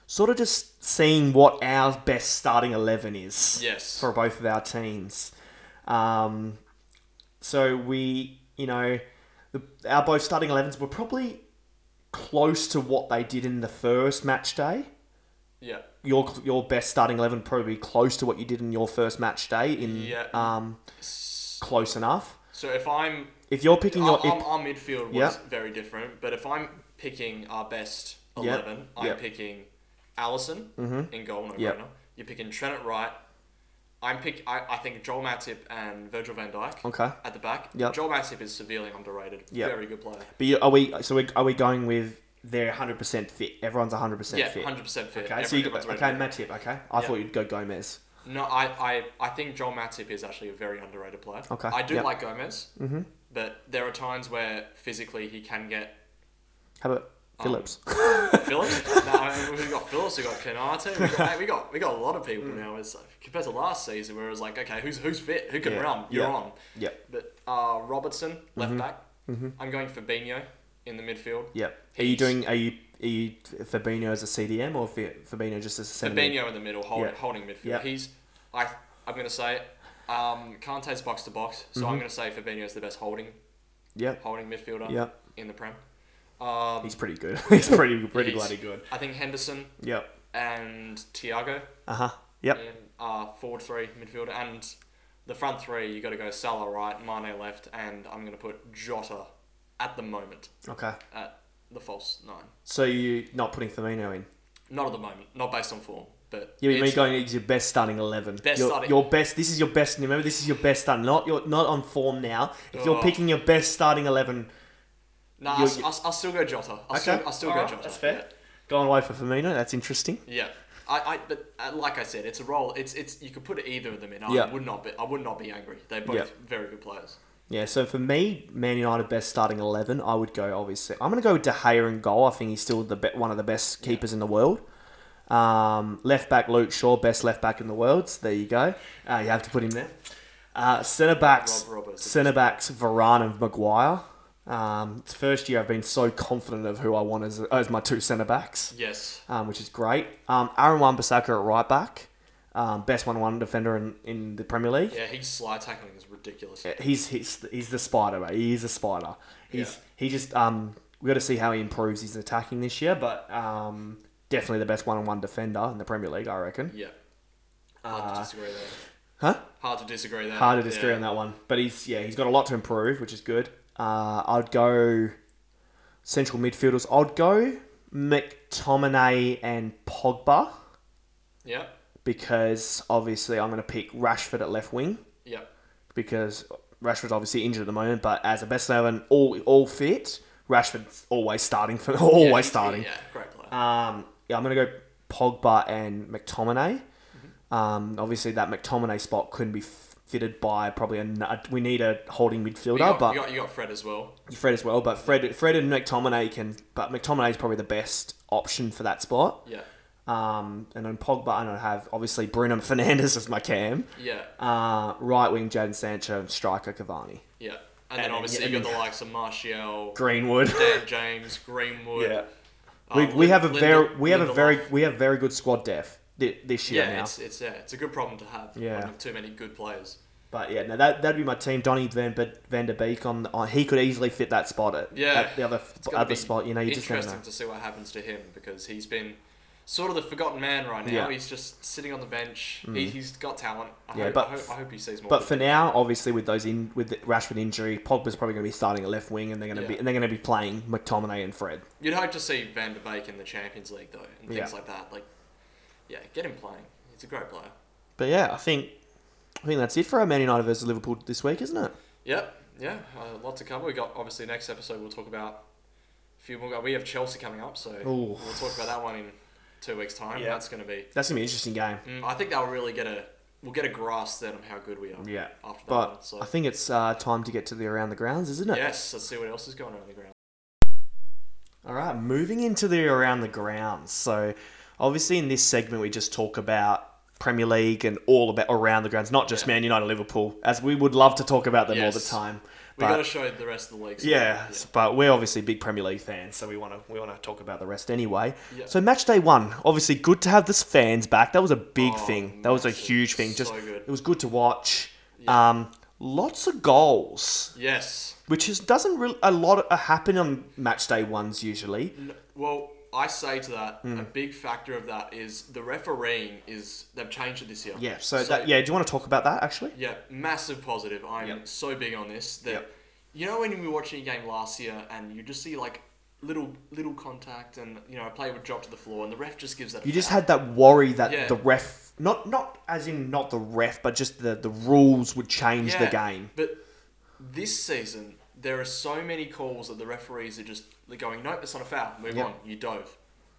sort of just seeing what our best starting eleven is.
Yes.
For both of our teams. Um, so we, you know, the, our both starting 11s were probably close to what they did in the first match day
Yeah.
your your best starting eleven probably close to what you did in your first match day in
Yeah.
um close enough.
So if I'm
If you're picking
our,
your
our,
if,
our midfield was
Yep.
very different, but if I'm picking our best
Yep.
11, I'm
Yep. Mm-hmm.
picking Allison in goal, no
Yep.
brainer. You're picking Trent at right. I'm pick. I, I think Joel Matip and Virgil van Dijk
Okay.
at the back.
Yep.
Joel Matip is severely underrated.
Yep.
Very good player.
but you, are we so we, are we going with they're hundred percent fit. Everyone's hundred percent
Yeah,
fit.
100% fit.
Okay, so you,
Everyone's ready
okay,
to go.
Matip. Okay, I thought you'd go Gomez.
No, I, I, I think Joel Matip is actually a very underrated player.
Okay,
I do
yep. Mm-hmm.
like Gomez, but there are times where physically he can get
How about
Um,
Phillips?
Phillips. no, I mean, we've got Phillips, we've got Canate, we got, we got we got a lot of
Mm.
people now. It's like, compared to last season where it was like, okay, who's who's fit, who can
Yeah,
run, you're
yeah,
on.
yeah. Mm-hmm.
But uh, Robertson left back. I'm going Fabinho in the midfield.
yep. Are you
He's-
doing? Are you are you Fabinho as a CDM or Fa- Fabinho just as a centre? mid?
Fabinho in the middle, hold,
Yeah.
holding midfield.
Yeah.
He's I I'm gonna say it. Um, Kante's box to box, so
Mm-hmm.
I'm going to say Fabinho's the best holding
Yep.
holding midfielder
Yep.
in the Prem. Um,
He's pretty good. He's pretty pretty
he's-
bloody good.
I think Henderson
Yep.
and Tiago
Uh huh. Yep.
in uh, forward three, midfielder, and the front three. You got to go Salah right, Mane left, and I'm going to put Jota at the moment
Okay.
at the false nine.
So you not putting Firmino in?
Not at the moment, not based on form, but
You mean
it's-
going into your best starting eleven?
Best
your,
starting-
your best. This is your best. Remember, this is your best starting. Not your not on form now. If you're
Oh.
picking your best starting eleven,
Nah,
you're-
I'll, I'll, I'll still go Jota. I'll still, I'll still go
Alright,
Jota.
That's fair. Going away for Firmino. That's interesting.
Yeah. I, I but uh, like I said, it's a role. It's it's you could put either of them in. I
Yeah.
would not be I would not be angry. They're both
Yeah.
very good players.
Yeah. So for me, Man United best starting eleven, I would go obviously. I'm going to go with De Gea in goal. I think he's still the be- one of the best keepers in the world. Um, left back Luke Shaw, best left back in the world. So there you go. Uh, you have to put him there. Uh, centre backs,
Rob Roberts.
centre backs Varane and Maguire. Um, it's first year I've been so confident of who I want as, as my two centre backs
Yes.
um, which is great. Um, Aaron Wan-Bissaka at right back, um, best one-one defender in, in the Premier League.
Yeah, his slide tackling is ridiculous.
He's, he's he's the spider, mate. He is a spider. He's
Yeah.
he just um we got to see how he improves his attacking this year, but um definitely the best one-on-one defender in the Premier League, I reckon.
Yeah. Hard to disagree there.
Huh?
Hard to disagree there.
Uh, Hard to disagree
Yeah.
on that one, but he's yeah he's got a lot to improve, which is good. Uh, I'd go central midfielders. I'd go McTominay and Pogba.
Yeah.
because obviously I'm going to pick Rashford at left wing
Yeah.
because Rashford's obviously injured at the moment, but as a best eleven, all all fit, Rashford's always starting for always
Yeah, he's-
starting.
Yeah, great player.
Um, yeah, I'm going to go Pogba and McTominay. Um, obviously that McTominay spot couldn't be f- fitted by probably a, n- a- we need a holding midfielder,
you, got,
but
you, got, you got Fred as well.
Fred as well. But Fred Fred and McTominay can, but McTominay is probably the best option for that spot.
Yeah.
Um, and then Pogba, and I have obviously Bruno Fernandez as my cam.
Yeah.
Uh, right wing Jadon Sancho and striker Cavani.
Yeah. And, then
and-
obviously
and
you got
then-
the likes of Martial,
Greenwood.
Dan James, Greenwood.
Yeah.
uh,
we, we have a
Lind-
very we have a
Lindelof.
very we have very good squad depth thi- this year
yeah.
now.
It's it's yeah, it's a good problem to have.
Yeah.
when you have too many good players.
But yeah, no, that that'd be my team. Donny Van Bed- Van der Beek on, the- on he could easily fit that spot at,
Yeah.
at the other
It's gonna
other
be
spot. You know, you just don't know.
interesting to see what happens to him because he's been sort of the forgotten man right now.
Yeah. Mm.
He's just sitting on the bench. He, he's got talent. I,
Yeah,
hope,
but-
I, hope, I hope he sees more.
But for now, obviously with those in with the Rashford injury, Pogba's probably going to be starting at left wing, and they're going to be
Yeah.
and they're going to be playing McTominay and Fred.
You'd hope to see Van de Beek in the Champions League though, and things
Yeah.
like that. Like, yeah, get him playing. He's a great player.
But yeah, I think I think that's it for our Man United versus Liverpool this week, isn't it?
Yep. Yeah. Uh, lot to cover. We got obviously next episode. We'll talk about a few more. We have Chelsea coming up, so
Ooh.
we'll talk about that one in two weeks' time.
Yeah.
That's going to be.
That's gonna be an interesting game.
Mm, I think that'll really get a. We'll get a grasp then of how good we are.
Yeah,
After that
but
one, so.
I think it's uh, time to get to the around the grounds, isn't it?
Yes, let's see what else is going on in the ground.
All right, moving into the around the grounds. So, obviously, in this segment, we just talk about Premier League and all about around the grounds, not just
Yeah.
Man United, and Liverpool, as we would love to talk about them all the
Yes.
time.
We got to
But
show the rest of the leagues.
yeah, s- but we're obviously big Premier League fans, so we want to we want to talk about the rest anyway.
Yeah.
So match day one, obviously, good to have this fans back. That was a big
Oh,
thing. That was a
massive.
huge thing. Just
So good.
it was good to watch. Um, lots of goals
Yes.
which is doesn't really a lot uh, happen on match day ones usually.
Well, I say to that,
Hmm.
a big factor of that is the refereeing is they've changed it this year.
Yeah, so, that yeah, do you want to talk about that actually?
Yeah, massive positive. I'm
Yep.
so big on this that
Yep.
you know when you were watching a game last year and you just see like little little contact and you know a player would drop to the floor and the ref just gives that. a
You just
foul.
had that worry that
Yeah.
the ref not not as in not the ref, but just the the rules would change the game.
But this season, there are so many calls that the referees are just they're going, nope, it's not a foul. Move
Yeah.
on. You dove.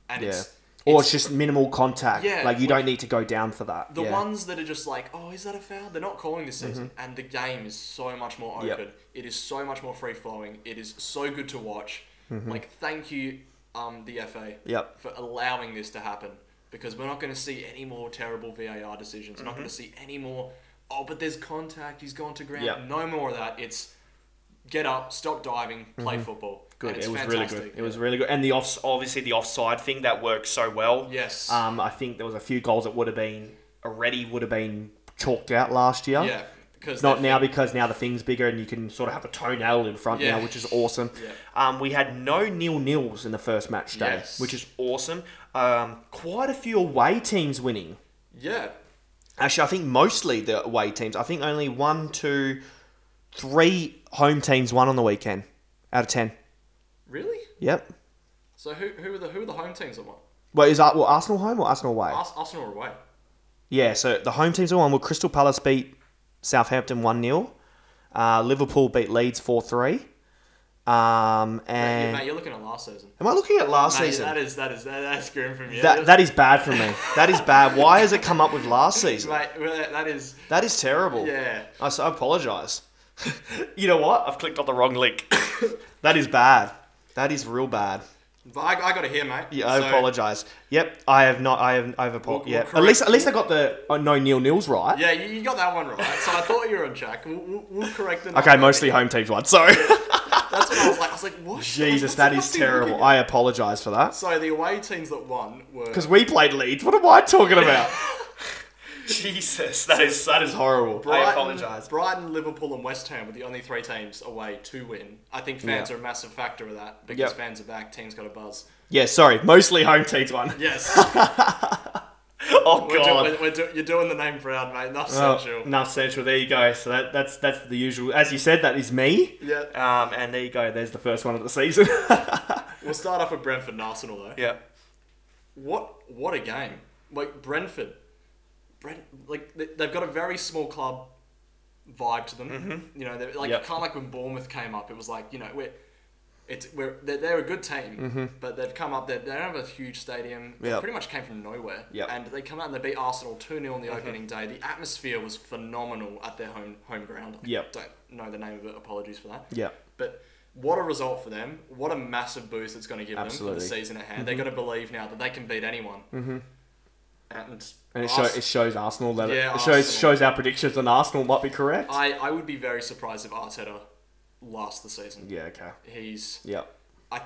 And
Yeah.
it's,
Or it's, just minimal contact.
Yeah,
like you
like-
don't need to go down for that.
the
yeah. Mm-hmm.
ones that are just like, oh, is that a foul? They're not calling this season, and the game is so much more open.
Yep.
It is so much more free flowing. It is so good to watch. Like, thank you, um, the FA,
Mm-hmm. Yep.
for allowing this to happen because we're not going to see any more terrible VAR decisions.
Mm-hmm.
We're not going to see any more. Oh, but there's contact. He's gone to ground.
Yep.
No more of that. It's get up, stop diving, play football.
Mm-hmm. Good.
And it's
It was
fantastic.
really good. It was really good, and the off obviously the offside thing that worked so well.
Yes.
Um, I think there was a few goals that would have been already would have been chalked out last year.
Yeah. Because
Not now because now the thing's bigger and you can sort of have a toenail in front
Yeah.
now, which is awesome.
Yeah.
Um, we had no nil nils in the first match day,
Yes.
which is awesome. Um, quite a few away teams winning.
yeah,
Actually, I think mostly the away teams. I think only one, two, three home teams won on the weekend out of ten.
really.
Yep.
So who who are the who are the home teams that won?
Well, is that well, Arsenal home or Arsenal away?
Ars- Arsenal were away.
Yeah, so the home teams are one. Well, Crystal Palace beat Southampton 1 0. Uh, Liverpool beat Leeds 4 3. Um,
Yeah,
and
mate, you're looking at last season.
am I looking at last
Mate,
season?
that is that is that, that's grim from you.
that, that is bad for me. That is bad. Why has it come up with last season?
mate, well, that- that is
That is terrible.
yeah.
I, so- I apologise. you know what? I've clicked on the wrong link. that is bad. That is real bad.
But I, I got it here, mate.
Yeah, I
So,
apologise. Yep, I have not. I have. I've
We'll-
apologized.
we'll
yeah. at
correct-
least, at least I got the oh, no nil nils right.
Yeah, you, you got that one right. So I thought you were on track. We'll, we'll, we'll correct the
Okay,
number.
mostly home teams won. Sorry.
That's what I was like. I was like, what?
Jesus,
What's-
that is
what's he looking
terrible.
at?
I apologise for that.
So the away teams that won were
Because we played Leeds. What am I talking about? Jesus, that is that is horrible. I apologise.
Brighton, Liverpool, and West Ham were the only three teams away to win. I think fans
Yeah.
are a massive factor of that because
Yep.
fans are back. Teams got a buzz.
Yeah, sorry. Mostly home teams won.
Yes,
Oh
we're do,
god.
we're, we're do, you're doing the name proud, mate. Not
Oh,
central.
enough central. There you go. So that, that's that's the usual. As you said, that is me.
Yeah.
Um, and there you go. There's the first one of the season.
We'll start off with Brentford and Arsenal though.
yeah.
What what a game! Like Brentford, Brent like they- they've got a very small club vibe to them. You know, they're like
Mm-hmm. Yep.
kind of like when Bournemouth came up, it was like you know we're. It's we're, they're, they're a good team, but they've come up. They they don't have a huge stadium. They
Mm-hmm. Yep.
pretty much came from nowhere.
Yep. Mm-hmm.
And they come out and they beat Arsenal 2 0 on the opening day. The atmosphere was phenomenal at their home home ground. I
Yep.
Don't know the name of it. Apologies for that.
Yep.
But what a result for them. What a massive boost it's going to give them for
Absolutely. Mm-hmm.
the season at hand. They've got to believe now that they can beat anyone. And,
And it, show,
Ars-
it shows Arsenal that
Yeah,
it shows
Arsenal.
shows our predictions on Arsenal might be correct.
I, I would be very surprised if Arteta lost the season.
yeah. Okay.
He's.
Yep.
I,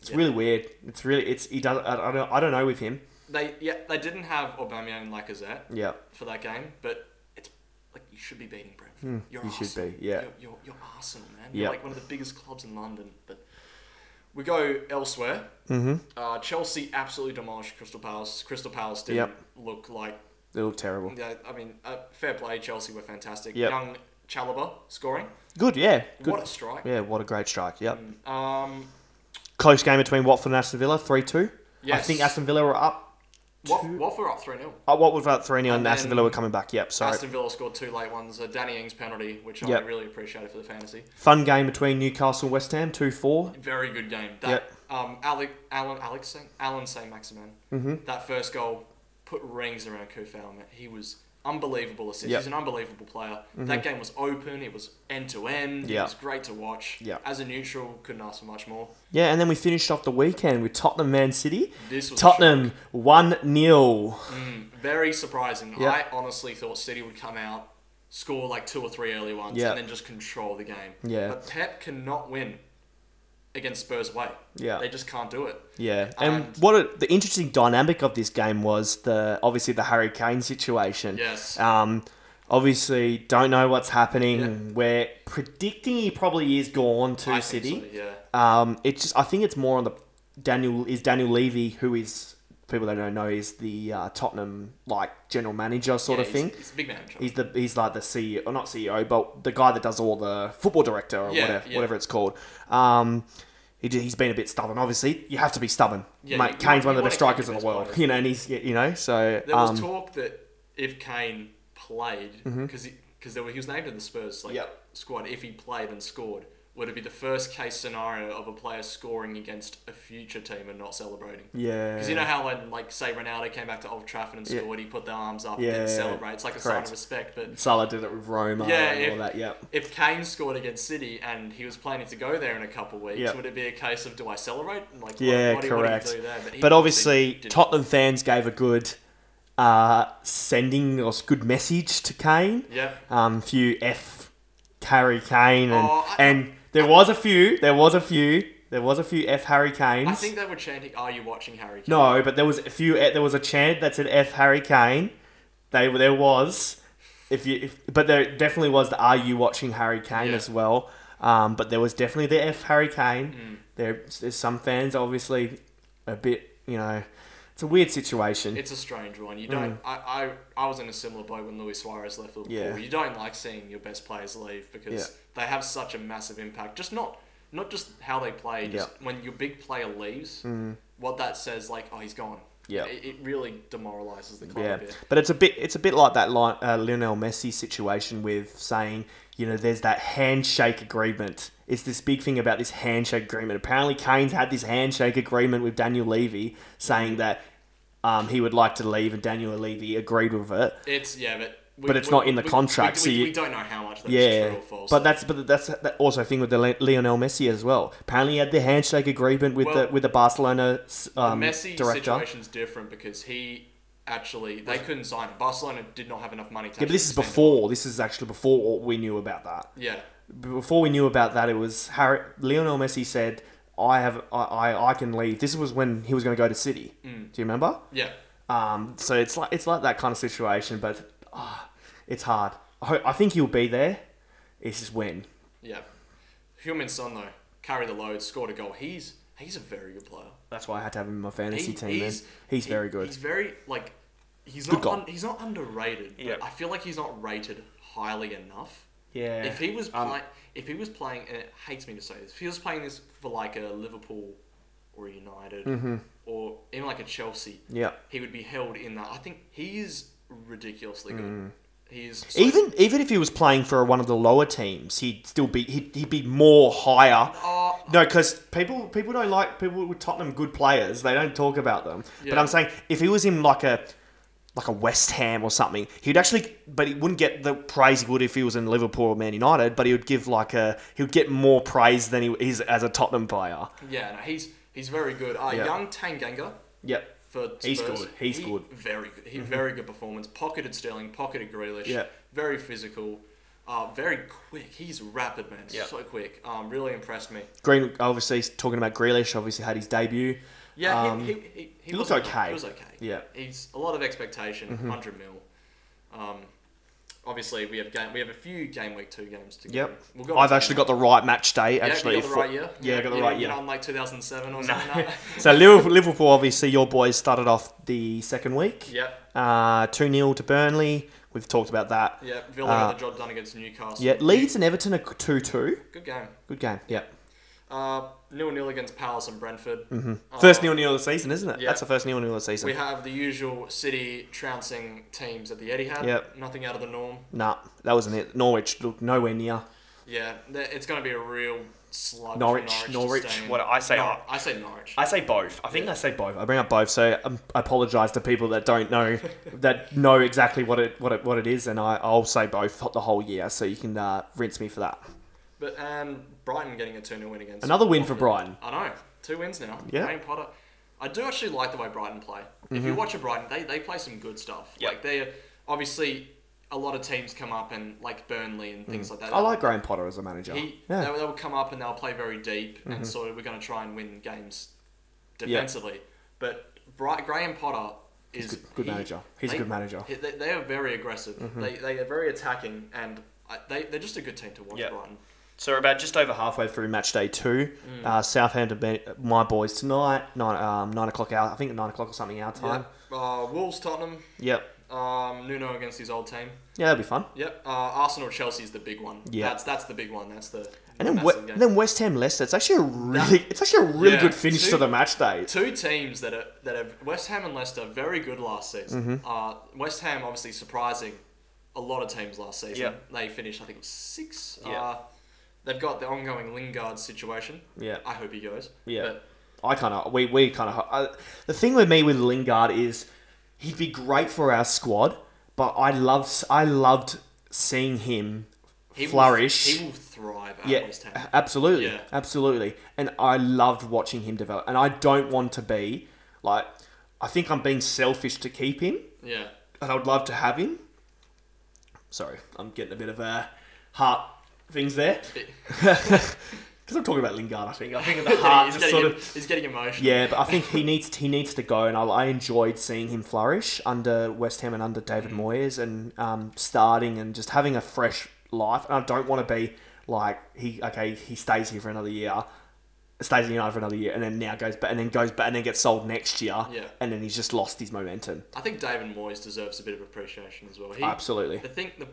It's really weird. It's really it's he does. I, I don't I don't know with him.
they yeah they didn't have Aubameyang and Lacazette
Yeah.
for that game, but it's like you should be beating Brentford. you're
Hmm, you should
Arsenal.
be, yeah.
You're, you're, you're Arsenal, man.
Yeah.
You're like one of the biggest clubs in London. But we go elsewhere. Mm-hmm. Uh, Chelsea absolutely demolished Crystal Palace. Crystal Palace didn't
Yep.
look like
They look terrible.
Yeah, I mean, uh, fair play. Chelsea were fantastic.
Yep.
Young Chalobah scoring.
Good, yeah. Good.
What a strike.
yeah, what a great strike. Yep.
Um,
Close game between Watford and Aston Villa, 3 2. I
Yes.
think Aston Villa were up.
Wat- Watford were up 3 0.
Uh, what was that 3 0 and,
And
Aston
then
Villa were coming back. Yep, sorry.
Aston Villa scored two late ones. A Danny Ings penalty, which I
Yep.
really appreciated for the fantasy.
Fun game between Newcastle and West Ham, 2 4.
Very good game. That,
Yep.
um, Alec, Alan, Alex, Saint- Alan Saint Maximin.
Mm-hmm.
That first goal put rings around Kufal. man. He was unbelievable assist.
Yep. Mm-hmm.
He's an unbelievable player. That game was open. It was end to end. It
Yeah.
was great to watch.
Yeah.
As a neutral, couldn't ask for much more.
Yeah, and then we finished off the weekend with Tottenham Man City.
This was a
Tottenham 1 0.
Very surprising.
Yeah.
I honestly thought City would come out, score like two or three early ones,
Yeah.
and then just control the game.
Yeah.
But Pep cannot win against Spurs away.
Yeah.
They just can't do it.
Yeah, and,
And-
what a, the interesting dynamic of this game was the obviously the Harry Kane situation.
Yes.
Um, obviously, don't know what's happening. We're predicting he probably is gone to
I think
City.
so, yeah.
Um, it's just I think it's more on the Daniel is Daniel Levy who is people that don't know is the uh, Tottenham like general manager sort
Yeah,
of
he's-
thing.
He's, a big manager.
He's the he's like the CEO or not CEO, but the guy that does all the football director or
Yeah,
whatever
yeah.
whatever it's called. Um, he ju- he's been a bit stubborn. Obviously, you have to be stubborn.
Yeah,
Mate,
you-
Kane's
you
one of
wanna
the best strikers
keep
in
your
the world.
best
You know, and he's you know so.
there was
um, Mm-hmm.
talk that if Kane played, because there were he was named in the Spurs like
Yep.
squad, if he played and scored, would it be the first case scenario of a player scoring against a future team and not celebrating?
yeah.
Because you know how when, like, say Ronaldo came back to Old Trafford and scored, he put the arms up
Yeah,
and then
yeah, yeah.
celebrate. It's like a sign
Correct.
of respect. But
Salah did it with Roma
yeah,
and
if,
all that. Yep.
if Kane scored against City and he was planning to go there in a couple weeks,
Yeah.
would it be a case of do I celebrate? And, like, what-
Yeah,
what, do- what do you
correct.
do there? he
but obviously,
didn't.
Tottenham fans gave a good uh, sending or s- good message to Kane.
Yeah.
Um, few F Harry Kane and
Oh, I-
and there was a few. There was a few. There was a few F Harry Kanes.
I think they were chanting, "Are you watching Harry?" Kane?
eh, no, but there was a few. There was a chant that said F Harry Kane. They there was. if you if, but there definitely was the are you watching Harry Kane
Yeah.
as well. Um, but there was definitely the F Harry Kane. There, there's some fans obviously a bit you know it's a weird situation.
It's a strange one.
Hmm.
You don't. I, I I was in a similar boat when Luis Suarez left Liverpool.
Yeah.
You don't like seeing your best players leave because they have such a massive impact. Just not not just how they play. Just when your big player leaves, what that says like, oh, he's gone.
Hmm. Yeah.
It, it really demoralizes the club
yeah,
a bit.
but it's a bit it's a bit like that Lion- uh, Lionel Messi situation with saying you know there's that handshake agreement. It's this big thing about this handshake agreement. Apparently, Kane's had this handshake agreement with Daniel Levy saying that um, he would like to leave, and Daniel Levy agreed with it.
It's yeah, but. We,
But it's
we-
not in the
we-
contract,
we,
so
we,
you-
we don't know how much that's
Yeah,
true or false.
but that's but that's that also a thing with the Le- Lionel Messi as well. Apparently, he had the handshake agreement with
Well,
the with the Barcelona s- um,
the Messi
director.
situation's different because he actually they couldn't sign him. Barcelona did not have enough money. To
Yeah, but this is before. This is actually before we knew about that.
Yeah,
before we knew about that, it was Harry, Lionel Messi said, "I have, I, I, I can leave." This was when he was going to go to City.
Mm.
Do you remember?
yeah.
Um, so it's like it's like that kind of situation, but ah, it's hard. I, hope, I think he'll be there. It's just when.
Yeah. Human Son though carried the load, scored a goal. He's he's a very good player.
That's why I had to have him in my fantasy
He-
team. He's, he's,
he-
very good.
He's very like he's
Good
not
goal.
un, he's not underrated. but
Yeah.
I feel like he's not rated highly enough.
Yeah.
If he was
Um,
playing, if he was playing, and it hates me to say this, if he was playing this for like a Liverpool or a United or even like a Chelsea,
Mm-hmm. Yeah.
he would be held in that. I think he is ridiculously good. He is so-
Mm. even even if he was playing for one of the lower teams, he'd still be he'd, he'd be more higher.
Oh.
no, because people people don't like people with Tottenham good players. They don't talk about them. But
Yeah.
I'm saying if he was in like a like a West Ham or something, he'd actually but he wouldn't get the praise he would if he was in Liverpool or Man United. But he would give like a he would get more praise than he is as a Tottenham player.
yeah, no, he's he's very good. Uh,
Yeah.
Young Tanganga.
Yep.
for
He's
Spurs.
good. He's
He-
good.
Very good. He very good performance. Pocketed Sterling. Pocketed Grealish.
Mm-hmm. Yeah.
Very physical. Uh, very quick. He's rapid, man. So quick. Um, really impressed me.
Green obviously talking about Grealish. Obviously had his debut.
Yeah,
Um,
he, he, he, he,
looked
wasn't-
okay.
He was okay.
Yeah. Mm-hmm.
He's a lot of expectation. Hundred mil. Um, obviously we have game. We have a few game week two games to go.
Yep.
We'll go
I've
on.
actually got the right match day.
Yeah,
Actually,
you got the
for-
right year.
Yeah, I got the
You-
right
You're
year.
not on like 2007 or something. No.
So Liverpool, Liverpool, obviously, your boys started off the second week.
Yep.
Uh, 2 0 to Burnley. We've talked about that.
yeah, Villa
Uh,
got the job done against Newcastle.
Yeah, Leeds and Everton are 2 2.
Good game.
Good game. Yeah.
Uh, nil nil against Palace and Brentford. Uh,
Mm-hmm. First 0 0 of the season, isn't it?
yeah.
That's the first 0 0 of the season.
We have the usual City trouncing teams at the Etihad.
Yep.
Nothing out of the norm.
nah, that wasn't it. Norwich looked nowhere near.
Yeah, th- it's going to be a real slug.
Norwich,
for Norwich.
Norwich,
To stay in.
what I say-
Nor- I say Norwich.
I say both. I think I say both. I bring up both, so um, I apologise to people that don't know that know exactly what it what it, what it is, and I, I'll say both the whole year, so you can uh, rinse me for that.
but um, Brighton getting a 2 0 win against.
Another win for
Watford.
Brighton.
I know. Two wins now.
Yeah. Mm-hmm.
Wayne Potter. I do actually like the way Brighton play. If you watch a Brighton, they, they play some good stuff.
Yep.
Like they obviously a lot of teams come up and like Burnley and things like that.
Mm. I like Graham Potter as a manager.
He,
yeah. Mm-hmm.
they, will- they will come up and they'll play very deep, and so we're going to try and win games defensively. But Bri- Graham Potter is
good- good manager. He's a good manager. Mm-hmm.
he- they, they are very aggressive. They, they are very attacking, and I, they they're just a good team to watch.
Yeah.
Brighton.
So we're about just over halfway through match day two. Uh, Southampton, beat my boys tonight, nine, um, nine o'clock out. I think nine o'clock or something our time.
Yeah. Uh, Wolves, Tottenham,
Yep.
um, Nuno against his old team.
Yeah, that'll be fun.
Yep. Uh, Arsenal, Chelsea is the big one.
Yeah.
That's that's the big one. That's the.
And then,
that's
we-
the game.
and then West Ham Leicester. It's actually a really, it's actually a really
Yeah.
good finish
Two-
to the match day.
Two teams that are that are West Ham and Leicester very good last season.
Mm-hmm.
Uh, West Ham obviously surprising a lot of teams last season.
Yeah.
They finished I think it was six.
Yeah.
Uh, they've got the ongoing Lingard situation.
Yeah.
I hope he goes.
Yeah.
But
I kind of we we kind of the thing with me with Lingard is he'd be great for our squad, but I loved I loved seeing him
he
flourish.
Will, he will thrive at
yeah,
West Ham.
absolutely,
Yeah.
absolutely. And I loved watching him develop. And I don't want to be like I think I'm being selfish to keep him,
Yeah.
and I would love to have him. uh, Sorry, I'm getting a bit of a heart things there. because I'm talking about Lingard. I think I think at the heart
he's,
just
getting,
sort of
he's getting emotional.
yeah, but I think he needs he needs to go, and I, I enjoyed seeing him flourish under West Ham and under David Moyes, and um, starting and just having a fresh life. And I don't want to be like he okay he stays here for another year, stays in United for another year, and then now goes back and then goes back and then gets sold next year,
Yeah.
and then he's just lost his momentum.
I think David Moyes deserves a bit of appreciation as well. He,
Absolutely.
The thing, the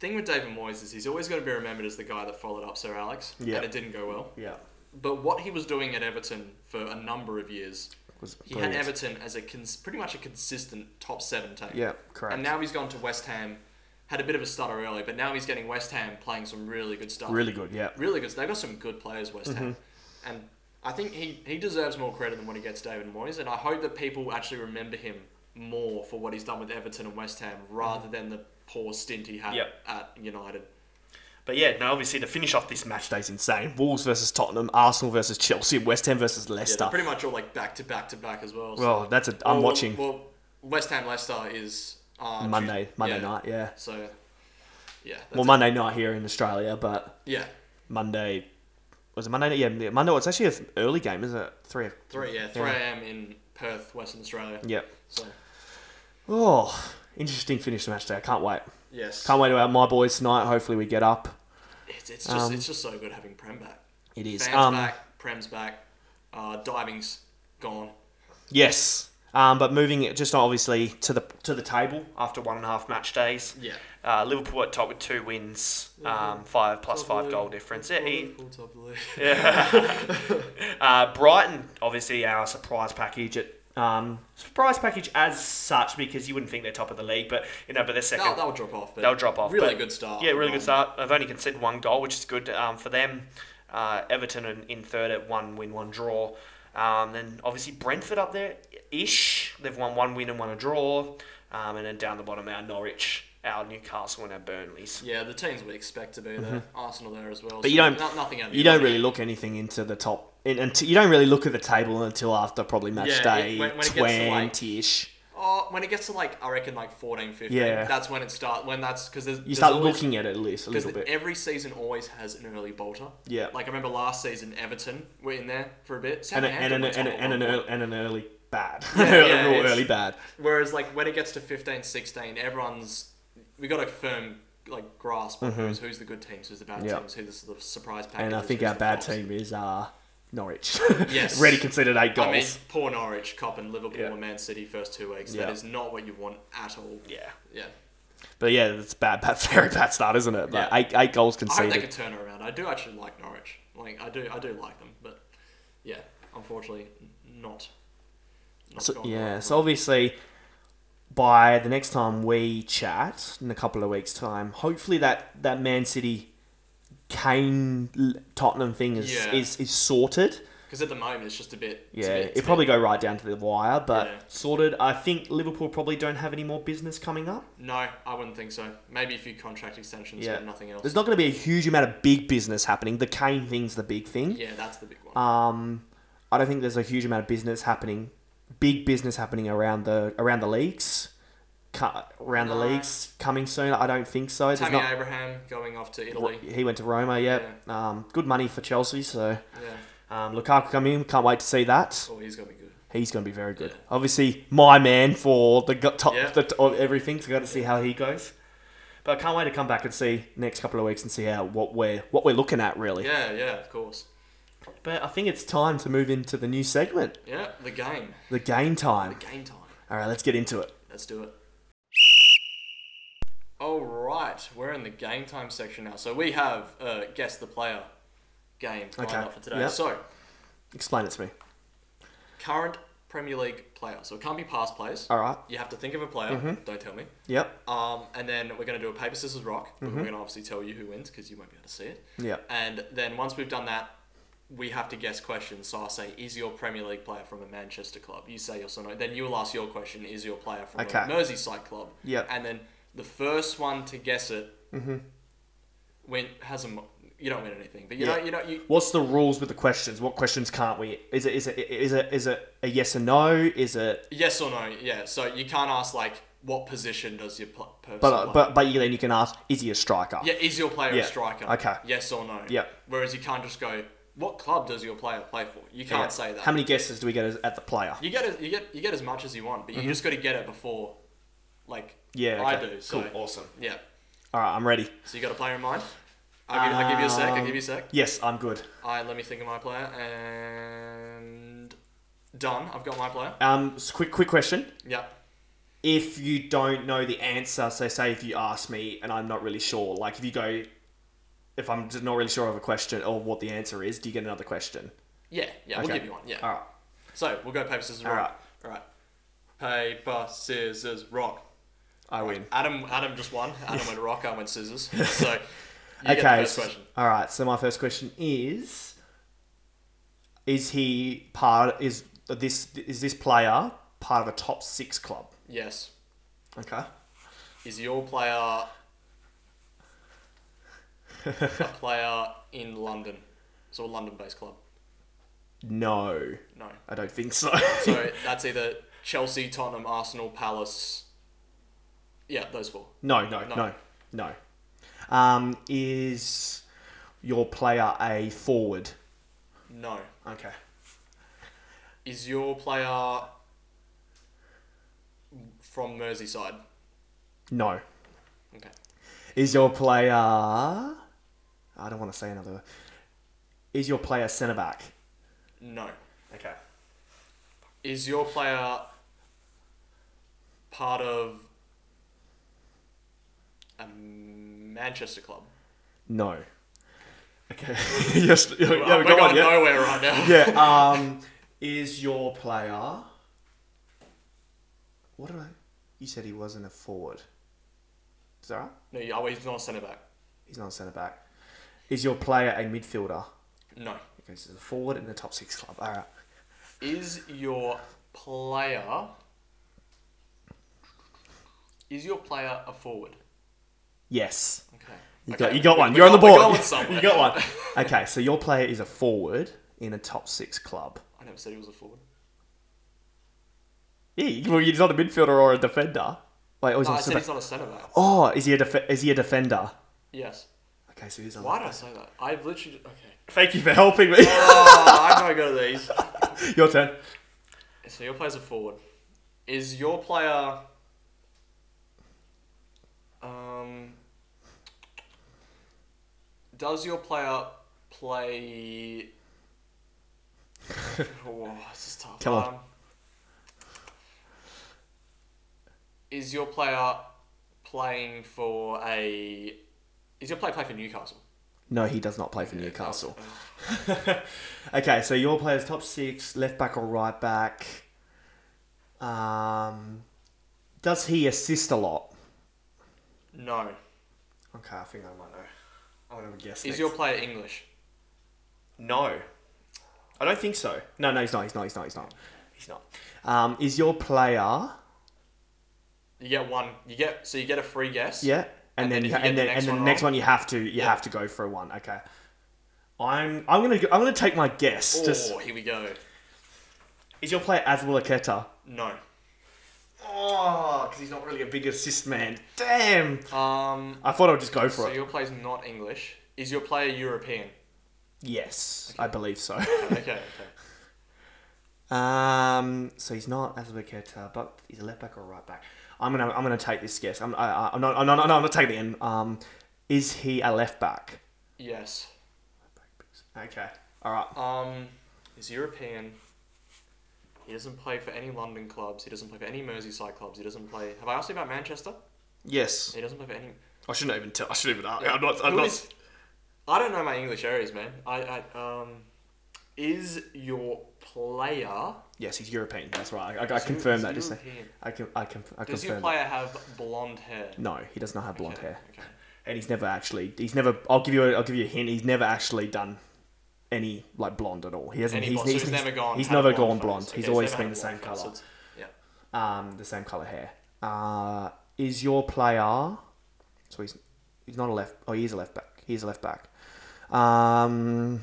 thing with David Moyes is he's always going to be remembered as the guy that followed up Sir Alex,
Yeah.
and it didn't go well.
Yeah,
But what he was doing at Everton for a number of years,
Was
he had
brilliant.
Everton as a cons- pretty much a consistent top seven team.
Yeah, correct.
And now he's gone to West Ham, had a bit of a stutter early, but now he's getting West Ham playing some really good stuff.
really good. Yeah, Mm-hmm.
Really good. They've got some good players, West Ham. And I think he, he deserves more credit than what he gets David Moyes. And I hope that people actually remember him more for what he's done with Everton and West Ham
Mm-hmm.
rather than the poor stint he had
Yep.
at United.
But yeah, now obviously to finish off this match day is insane. Wolves versus Tottenham, Arsenal versus Chelsea, West Ham versus
Yeah,
Leicester.
they're pretty much all like back to back to back as well. so-
well, that's a I'm
Well,
watching
Well, West Ham Leicester is uh,
Monday,
Tues-
Monday
yeah.
night. Yeah,
So, yeah. that's
well,
it.
Monday night here in Australia, but
Yeah,
Monday was it Monday? night? Yeah, yeah, Monday. Well, it's actually an early game, isn't it? Three.
three. Yeah, three a.m. in Perth, Western Australia.
Yep.
So
Oh, interesting finish to match day. I can't wait.
yes,
Can't wait to out my boys tonight. Hopefully we get up.
It's, it's just
Um,
it's just so good having Prem back.
It is.
Fans
um,
back, Prem's back, uh, diving's gone.
Yes. Um, but moving it just obviously to the to the table after one and a half match days.
Yeah. Mm-hmm.
Uh, Liverpool at top with two wins, um, five plus five goal difference. Yeah, he-
Liverpool top of the league.
uh, Brighton, obviously our surprise package at um, surprise package as such because you wouldn't think they're top of the league, but you know, but they're second.
They'll, they'll drop off. But
They'll drop off.
Really
but-
good start.
Yeah, really good
Um,
start. They've only conceded one goal, which is good um, for them. Uh, Everton in, in third at one win, one draw. Um, then obviously Brentford up there ish. They've won one win and one a draw. Um, and then down the bottom, our Norwich, our Newcastle, and our Burnleys.
Yeah, the teams we expect to be there. Arsenal there as well.
Mm-hmm. But
so
you don't,
no- nothing. out of the
you don't
ordinary.
really look anything into the top. In, until, you don't really look at the table until after probably match
Yeah, it-
day
when- when it gets to, like-
20 ish.
Oh, when it gets to like I reckon like 14, 15,
Yeah.
that's when it starts. When that's because there's
You
there's
start
always-
looking at it at least a
Because
little bit.
every season always has an early bolter.
Yeah.
Like I remember last season, Everton were in there for a bit.
and, a, and,
Southampton
an,
were
and, a,
top
and,
at
an
one
early,
point.
and an early bad.
yeah,
Real
it's-
early bad.
Whereas like when it gets to 15, 16, everyone's we got a firm like grasp on who's who's the good teams, who's the bad
Mm-hmm. Yeah.
teams, who's the sort of surprise package.
And I think our bad team is uh, Norwich.
Yes.
Already conceded eight goals.
I mean, poor Norwich, Cop and Liverpool
Yeah.
and Man City first two weeks.
Yeah.
That is not what you want at all.
yeah.
Yeah.
But yeah, it's bad, bad, very bad start, isn't it? But
Yeah.
eight, eight goals
I hope they
conceded.
could turn it around. I do actually like Norwich. Like I do, I do like them, but yeah, unfortunately, not. not
So,
gone
yeah.
well.
So obviously, by the next time we chat in a couple of weeks' time, hopefully that that Man City, Kane, L- Tottenham thing is
Yeah.
is, is sorted.
Because at the moment it's just a bit. it's a
Yeah,
bit- it's a
it'll probably
bit-
go right down to the wire, but
Yeah.
sorted. I think Liverpool probably don't have any more business coming up.
No, I wouldn't think so. Maybe a few contract extensions,
Yeah,
but nothing else.
There's not going to be a huge amount of big business happening. The Kane thing's the big thing.
Yeah, that's the big one.
Um, I don't think there's a huge amount of business happening, big business happening around the around the leagues, cu- around the
No.
leagues coming soon. I don't think so. There's
Tammy
not-
Abraham going off to
Ro-
Italy.
he went to Roma. Yep. Um, good money for Chelsea. So
Yeah.
um, Lukaku coming in. Can't wait to see that.
Oh, he's gonna be good.
He's going to be very good.
Yeah.
Obviously, my man for the go- top
Yeah.
the t- of everything. So got to see how he goes. But I can't wait to come back and see next couple of weeks and see how what we're what we're looking at really.
Yeah, yeah, of course.
But I think it's time to move into the new segment,
Yeah, the game,
the game time.
game time.
All right, let's get into it.
Let's do it. All right, we're in the game time section now. So we have uh, guess the player game lined
Okay,
up for today.
yeah.
So
Explain it to me.
current Premier League player. So it can't be past players.
All right. Mm-hmm.
You have to think of a player. Don't tell me.
Yep.
Um, and then we're going to do a paper, scissors, rock. But We're going to obviously tell you who wins because you won't be able to see it.
Mm-hmm. Yeah.
And then once we've done that, we have to guess questions. So I'll say, is your Premier League player from a Manchester club? You say yes or no. Then you will ask your question, is your player from
Okay.
a Merseyside club?
Yeah. Mm-hmm.
And then the first one to guess it win, has a. mo- You don't win anything, but you
Yeah.
know, you know, you.
What's the rules with the questions? What questions can't we? Is it is it is it is it a yes or no? Is it
Yes or no? Yeah. So you can't ask like what position does your pl- person
But
play?
uh, but but then you can ask, is he a striker?
yeah, is your player
Yeah,
a striker?
okay.
Yes or no?
Yeah.
Whereas you can't just go, what club does your player play for? You can't
Yeah.
say that.
How many guesses do we get as- at the player?
You get as, you get you get as much as you want, but you just got to get it before, like
Mm-hmm. Yeah,
I
okay.
do. So
Cool, awesome.
Yeah.
All right, I'm ready.
So you got a player in mind. I'll give, I'll give you a sec. I'll give you a sec.
Yes, I'm good.
I let me think of my player and done. I've got my player.
Um, s- quick quick question.
Yeah.
If you don't know the answer, so say if you ask me and I'm not really sure, like if you go, if I'm just not really sure of a question or what the answer is, do you get another question?
Yeah. Yeah. We'll
Okay.
give you one. Yeah.
All right.
So we'll go paper scissors rock. All right. Paper scissors rock.
I win.
Adam Adam just won. Adam went rock. I went scissors. So you get the
okay.
first
so-
question.
All right. So my first question is: Is he part? Is this is this player part of a top six club?
Yes.
Okay.
Is your player a player in London? So a London-based club.
No,
No.
I don't think so.
So that's either Chelsea, Tottenham, Arsenal, Palace. Yeah, those four.
no, no, no,
No.
no, Um, is your player a forward?
No.
Okay.
Is your player from Merseyside?
No.
Okay.
Is your player? I don't want to say another. Is your player centre back?
No.
Okay.
Is your player part of a Manchester club?
No. Okay. yes. Yeah,
Oh,
we
we're
got one,
going
yeah.
nowhere right now.
yeah. Um, is your player? What did I? You said he wasn't a forward. Is that right?
No, you- oh, he's not a centre back.
He's not a centre back. Is your player a midfielder?
No.
Okay, so he's a forward in the top six club. All right.
Is your player is your player a forward?
Yes.
Okay.
You
Okay,
got, you
we-
got one.
we
You're on the
got- we
board.
got one somewhere.
you got one. Okay, so your player is a forward in a top six club.
I never said he was a forward.
Yeah, well, he's not a midfielder or a defender. Wait, oh, he's
No,
not
I
a
said
centre
he's not a centre back.
Oh, is he a def- is he a defender?
Yes.
Okay, so he's a.
Why did I say that? I've literally okay.
Thank you for helping me.
Oh, I'm not good at these.
your turn.
So your player's a forward. Is your player um does your player play Whoa, this is tough.
Come on.
Um, is your player playing for a is your player play for Newcastle?
No, he does not play for Newcastle. okay, so your player's top six, left back or right back. Um, does he assist a lot?
No.
Okay, I think I might know. I would have guessed.
Is your player English?
no? I don't think so. No, no, he's not. He's not. He's not. He's not. He's not. Um, is your player?
You get one. You get so you get a free guess.
Yeah,
And
and,
then
then, you
if
ha-
you
and
get
then
the next
and then the
one
next
wrong-
one you have to you have to go for a one. Okay, I'm I'm gonna go, I'm gonna take my guess.
Oh,
Just
here we go.
is your player Azulaketa?
No.
Oh, because he's not really a big assist man. Damn,
Um.
I thought I'd just go for
So
it.
your player's not English. Is your player European?
Yes, I believe so.
Okay. Okay.
um, so he's not Azulaketa, but he's a left back or a right back. I'm gonna I'm gonna take this guess. I'm I, I- I'm not I'm not, no, I'm not taking the end. Um, is he a left back?
Yes.
Okay, all right.
Um. He's European. He doesn't play for any London clubs. He doesn't play for any Merseyside clubs. He doesn't play. Have I asked you about Manchester?
Yes,
He doesn't play for any.
I shouldn't even tell. I shouldn't even. I'm not.
Who is- I don't know my English areas, man. I, I um. Is your player?
Yes, he's European. That's right. I, I, I
he-
confirm
is
that.
he
Just
European?
I can. I can. I
Does your
confirm.
player have blonde hair?
that. No, he does not have blonde
Okay,
hair,
okay.
and he's never actually. He's never. I'll give you. A, I'll give you a hint. He's never actually done any like blonde at all. He hasn't.
Any
He's,
blonde?
he's,
so he's, never gone.
He's
had
never
blonde
gone
face.
blonde.
Okay,
he's always
never
been
had
the same
blonde face, so
color.
it's- Yeah.
Um, the same color hair. Uh, is your player? So he's he's not a left. Oh, he is a left back. He is a left back. Um,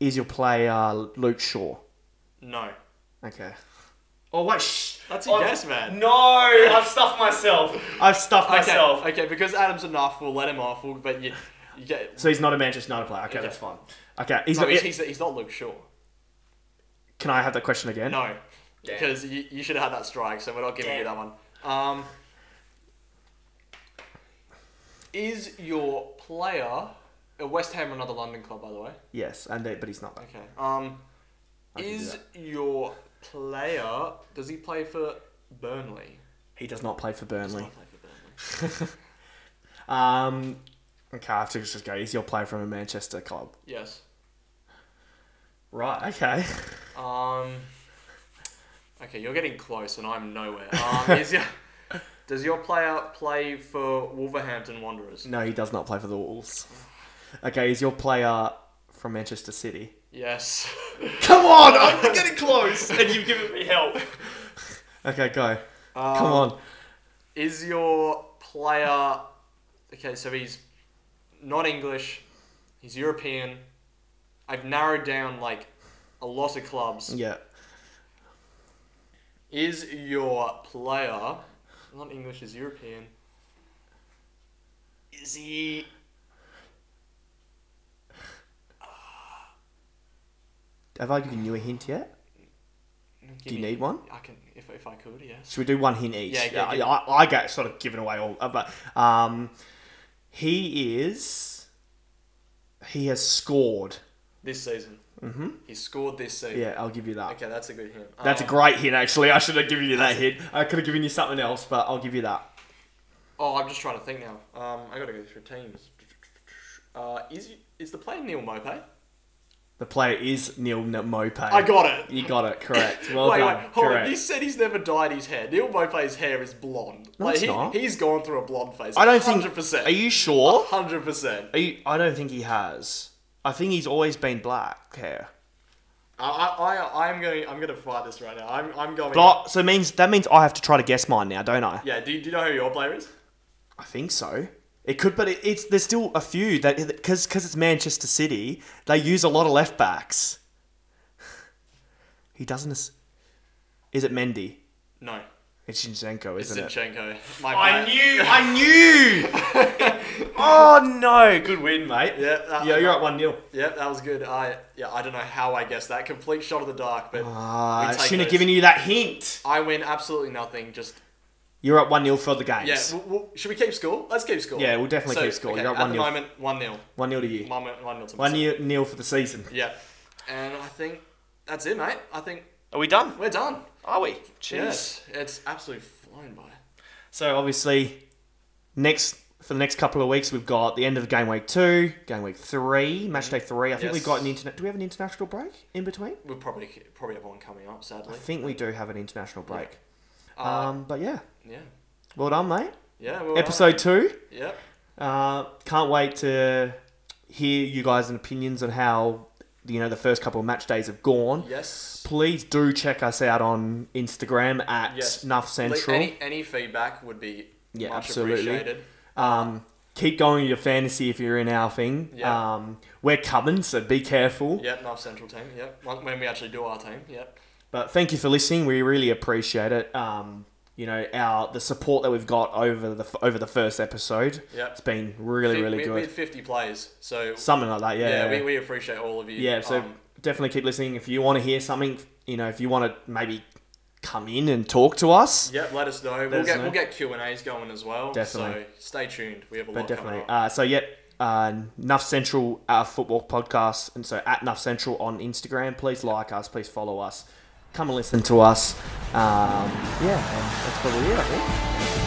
is your player Luke Shaw?
No.
Okay. Oh wait, shh.
That's a yes, man.
No, I've stuffed myself. I've stuffed
Okay,
myself.
Okay, because Adam's enough, we'll let him off. We'll, but you, you get,
So he's not a Manchester United player. Okay,
Okay.
that's fine. Okay, he's
no,
not.
he's, he's, he's not Luke Shaw.
can I have that question again?
No, because you, you should have had that strike. So we're not giving you that one. Um, is your player uh, West Ham or another London club, by the way?
Yes, and they, but he's not. That.
Okay. Um,
can do
is
that.
your player? Does he play for Burnley?
He does not play for Burnley.
Does not play for Burnley.
Um, okay, I have to just go. He's your player from a Manchester club.
Yes.
Right. Okay.
Um. Okay, you're getting close, and I'm nowhere. Um, is your, does your player play for Wolverhampton Wanderers?
No, he does not play for the Wolves. Okay, he's your player from Manchester City.
Yes.
Come on, I'm getting close, and you've given me help. Okay, go.
Um,
Come on.
Is your player okay? So he's not English. He's European. I've narrowed down like a lot of clubs.
Yeah.
Is your player not English? Is European? Is he?
Have I given you a hint yet?
Give
you
me-
need one?
I can, if, if I could, yes.
Should we do one hint each?
Yeah, yeah, yeah.
I, I get sort of given away all, uh, but um, he is. He has scored.
This season. Mm-hmm. He scored this season.
Yeah, I'll give you that.
Okay, that's a good hint.
That's a
Um,
great hint, actually. I should have given you that hint. I could have given you something else, but I'll give you that.
Oh, I'm just trying to think now. Um, I gotta go through teams. Uh, is is the player Neil Mope?
The player is Neil N- Mope.
I got it.
You got it correct. Well
wait,
done.
wait, hold
correct.
on. You said he's never dyed his hair. Neil Mope's hair is blonde.
No,
like
it's
he,
not.
He's gone through a blonde phase.
I don't think.
100%.
Are you sure?
100%.
Are you, I don't think he has. I think he's always been black hair.
I, I, I, I'm going. I'm going to fight this right now. I'm, I'm going.
But so means that means I have to try to guess mine now, don't I?
Yeah. Do, you- do you know who your player is?
I think so. It could, but it, it's there's still a few that because because it's Manchester City, they use a lot of left backs. He doesn't. Is, is it Mendy?
No.
It's Zinchenko,
It's
isn't it?
Zinchenko. My
I
player.
knew. I knew. oh no! Good win, mate.
Yeah, that-
yeah, you're at one 0
Yep, that was good. I yeah, I don't know how I guessed that. Complete shot of the dark, but
Uh, I
we take
Ah, shouldn't have
those.
given you that hint.
I win absolutely nothing. Just
You're at one 0 for the
yeah.
games.
We'll, we'll- should we keep score? Let's keep score.
Yeah, we'll definitely keep score. You got
at
one
the
nil.
moment, one nil.
One 0 to you.
One nil. One nil. to
One
myself.
0 nil for the season.
Yeah, and I think that's it, mate. I think
Are we done?
we're done.
Are we? Cheers.
Yes, it's absolutely flown by.
So obviously, next for the next couple of weeks, we've got the end of game week two, game week three, match day three. I think we've got an
Yes.
internet. Do we have an international break in between?
We'll probably probably have one coming up. Sadly,
I think we do have an international break.
Uh,
Um, but yeah,
yeah,
well done, mate.
yeah. Well,
Episode two.
Yep.
Uh, can't wait to hear you guys' opinions on how you know the first couple of match days have gone.
Yes.
Please do check us out on Instagram at
Yes.
Nuff
Like,
Central.
Any any feedback would be
Yeah,
much
absolutely.
appreciated.
Um, keep going with your fantasy if you're in our thing.
Yeah.
Um, we're coming, so be careful.
Yep, North Central team. Yep, When- when we actually do our team. Yep.
But thank you for listening. We really appreciate it. Um, you know our the support that we've got over the over the first episode.
Yep.
It's been really
Fi-
really
we,
good.
We had 50 plays, so
Something like that. Yeah.
yeah, we, we appreciate all of you.
Yeah, so
Um,
definitely keep listening. If you want to hear something, you know, if you want to maybe come in and talk to us,
yep, let us know. we'll
us
get
know.
we'll get Q and A's going as well.
Definitely.
So stay tuned. We have a
but
lot
definitely.
coming up.
Uh, so yep, uh, Nuff Central uh, football podcast, and so at Nuff Central on Instagram. Please like us. Please follow us. Come and listen to us. Um, yeah, and that's probably it. I think.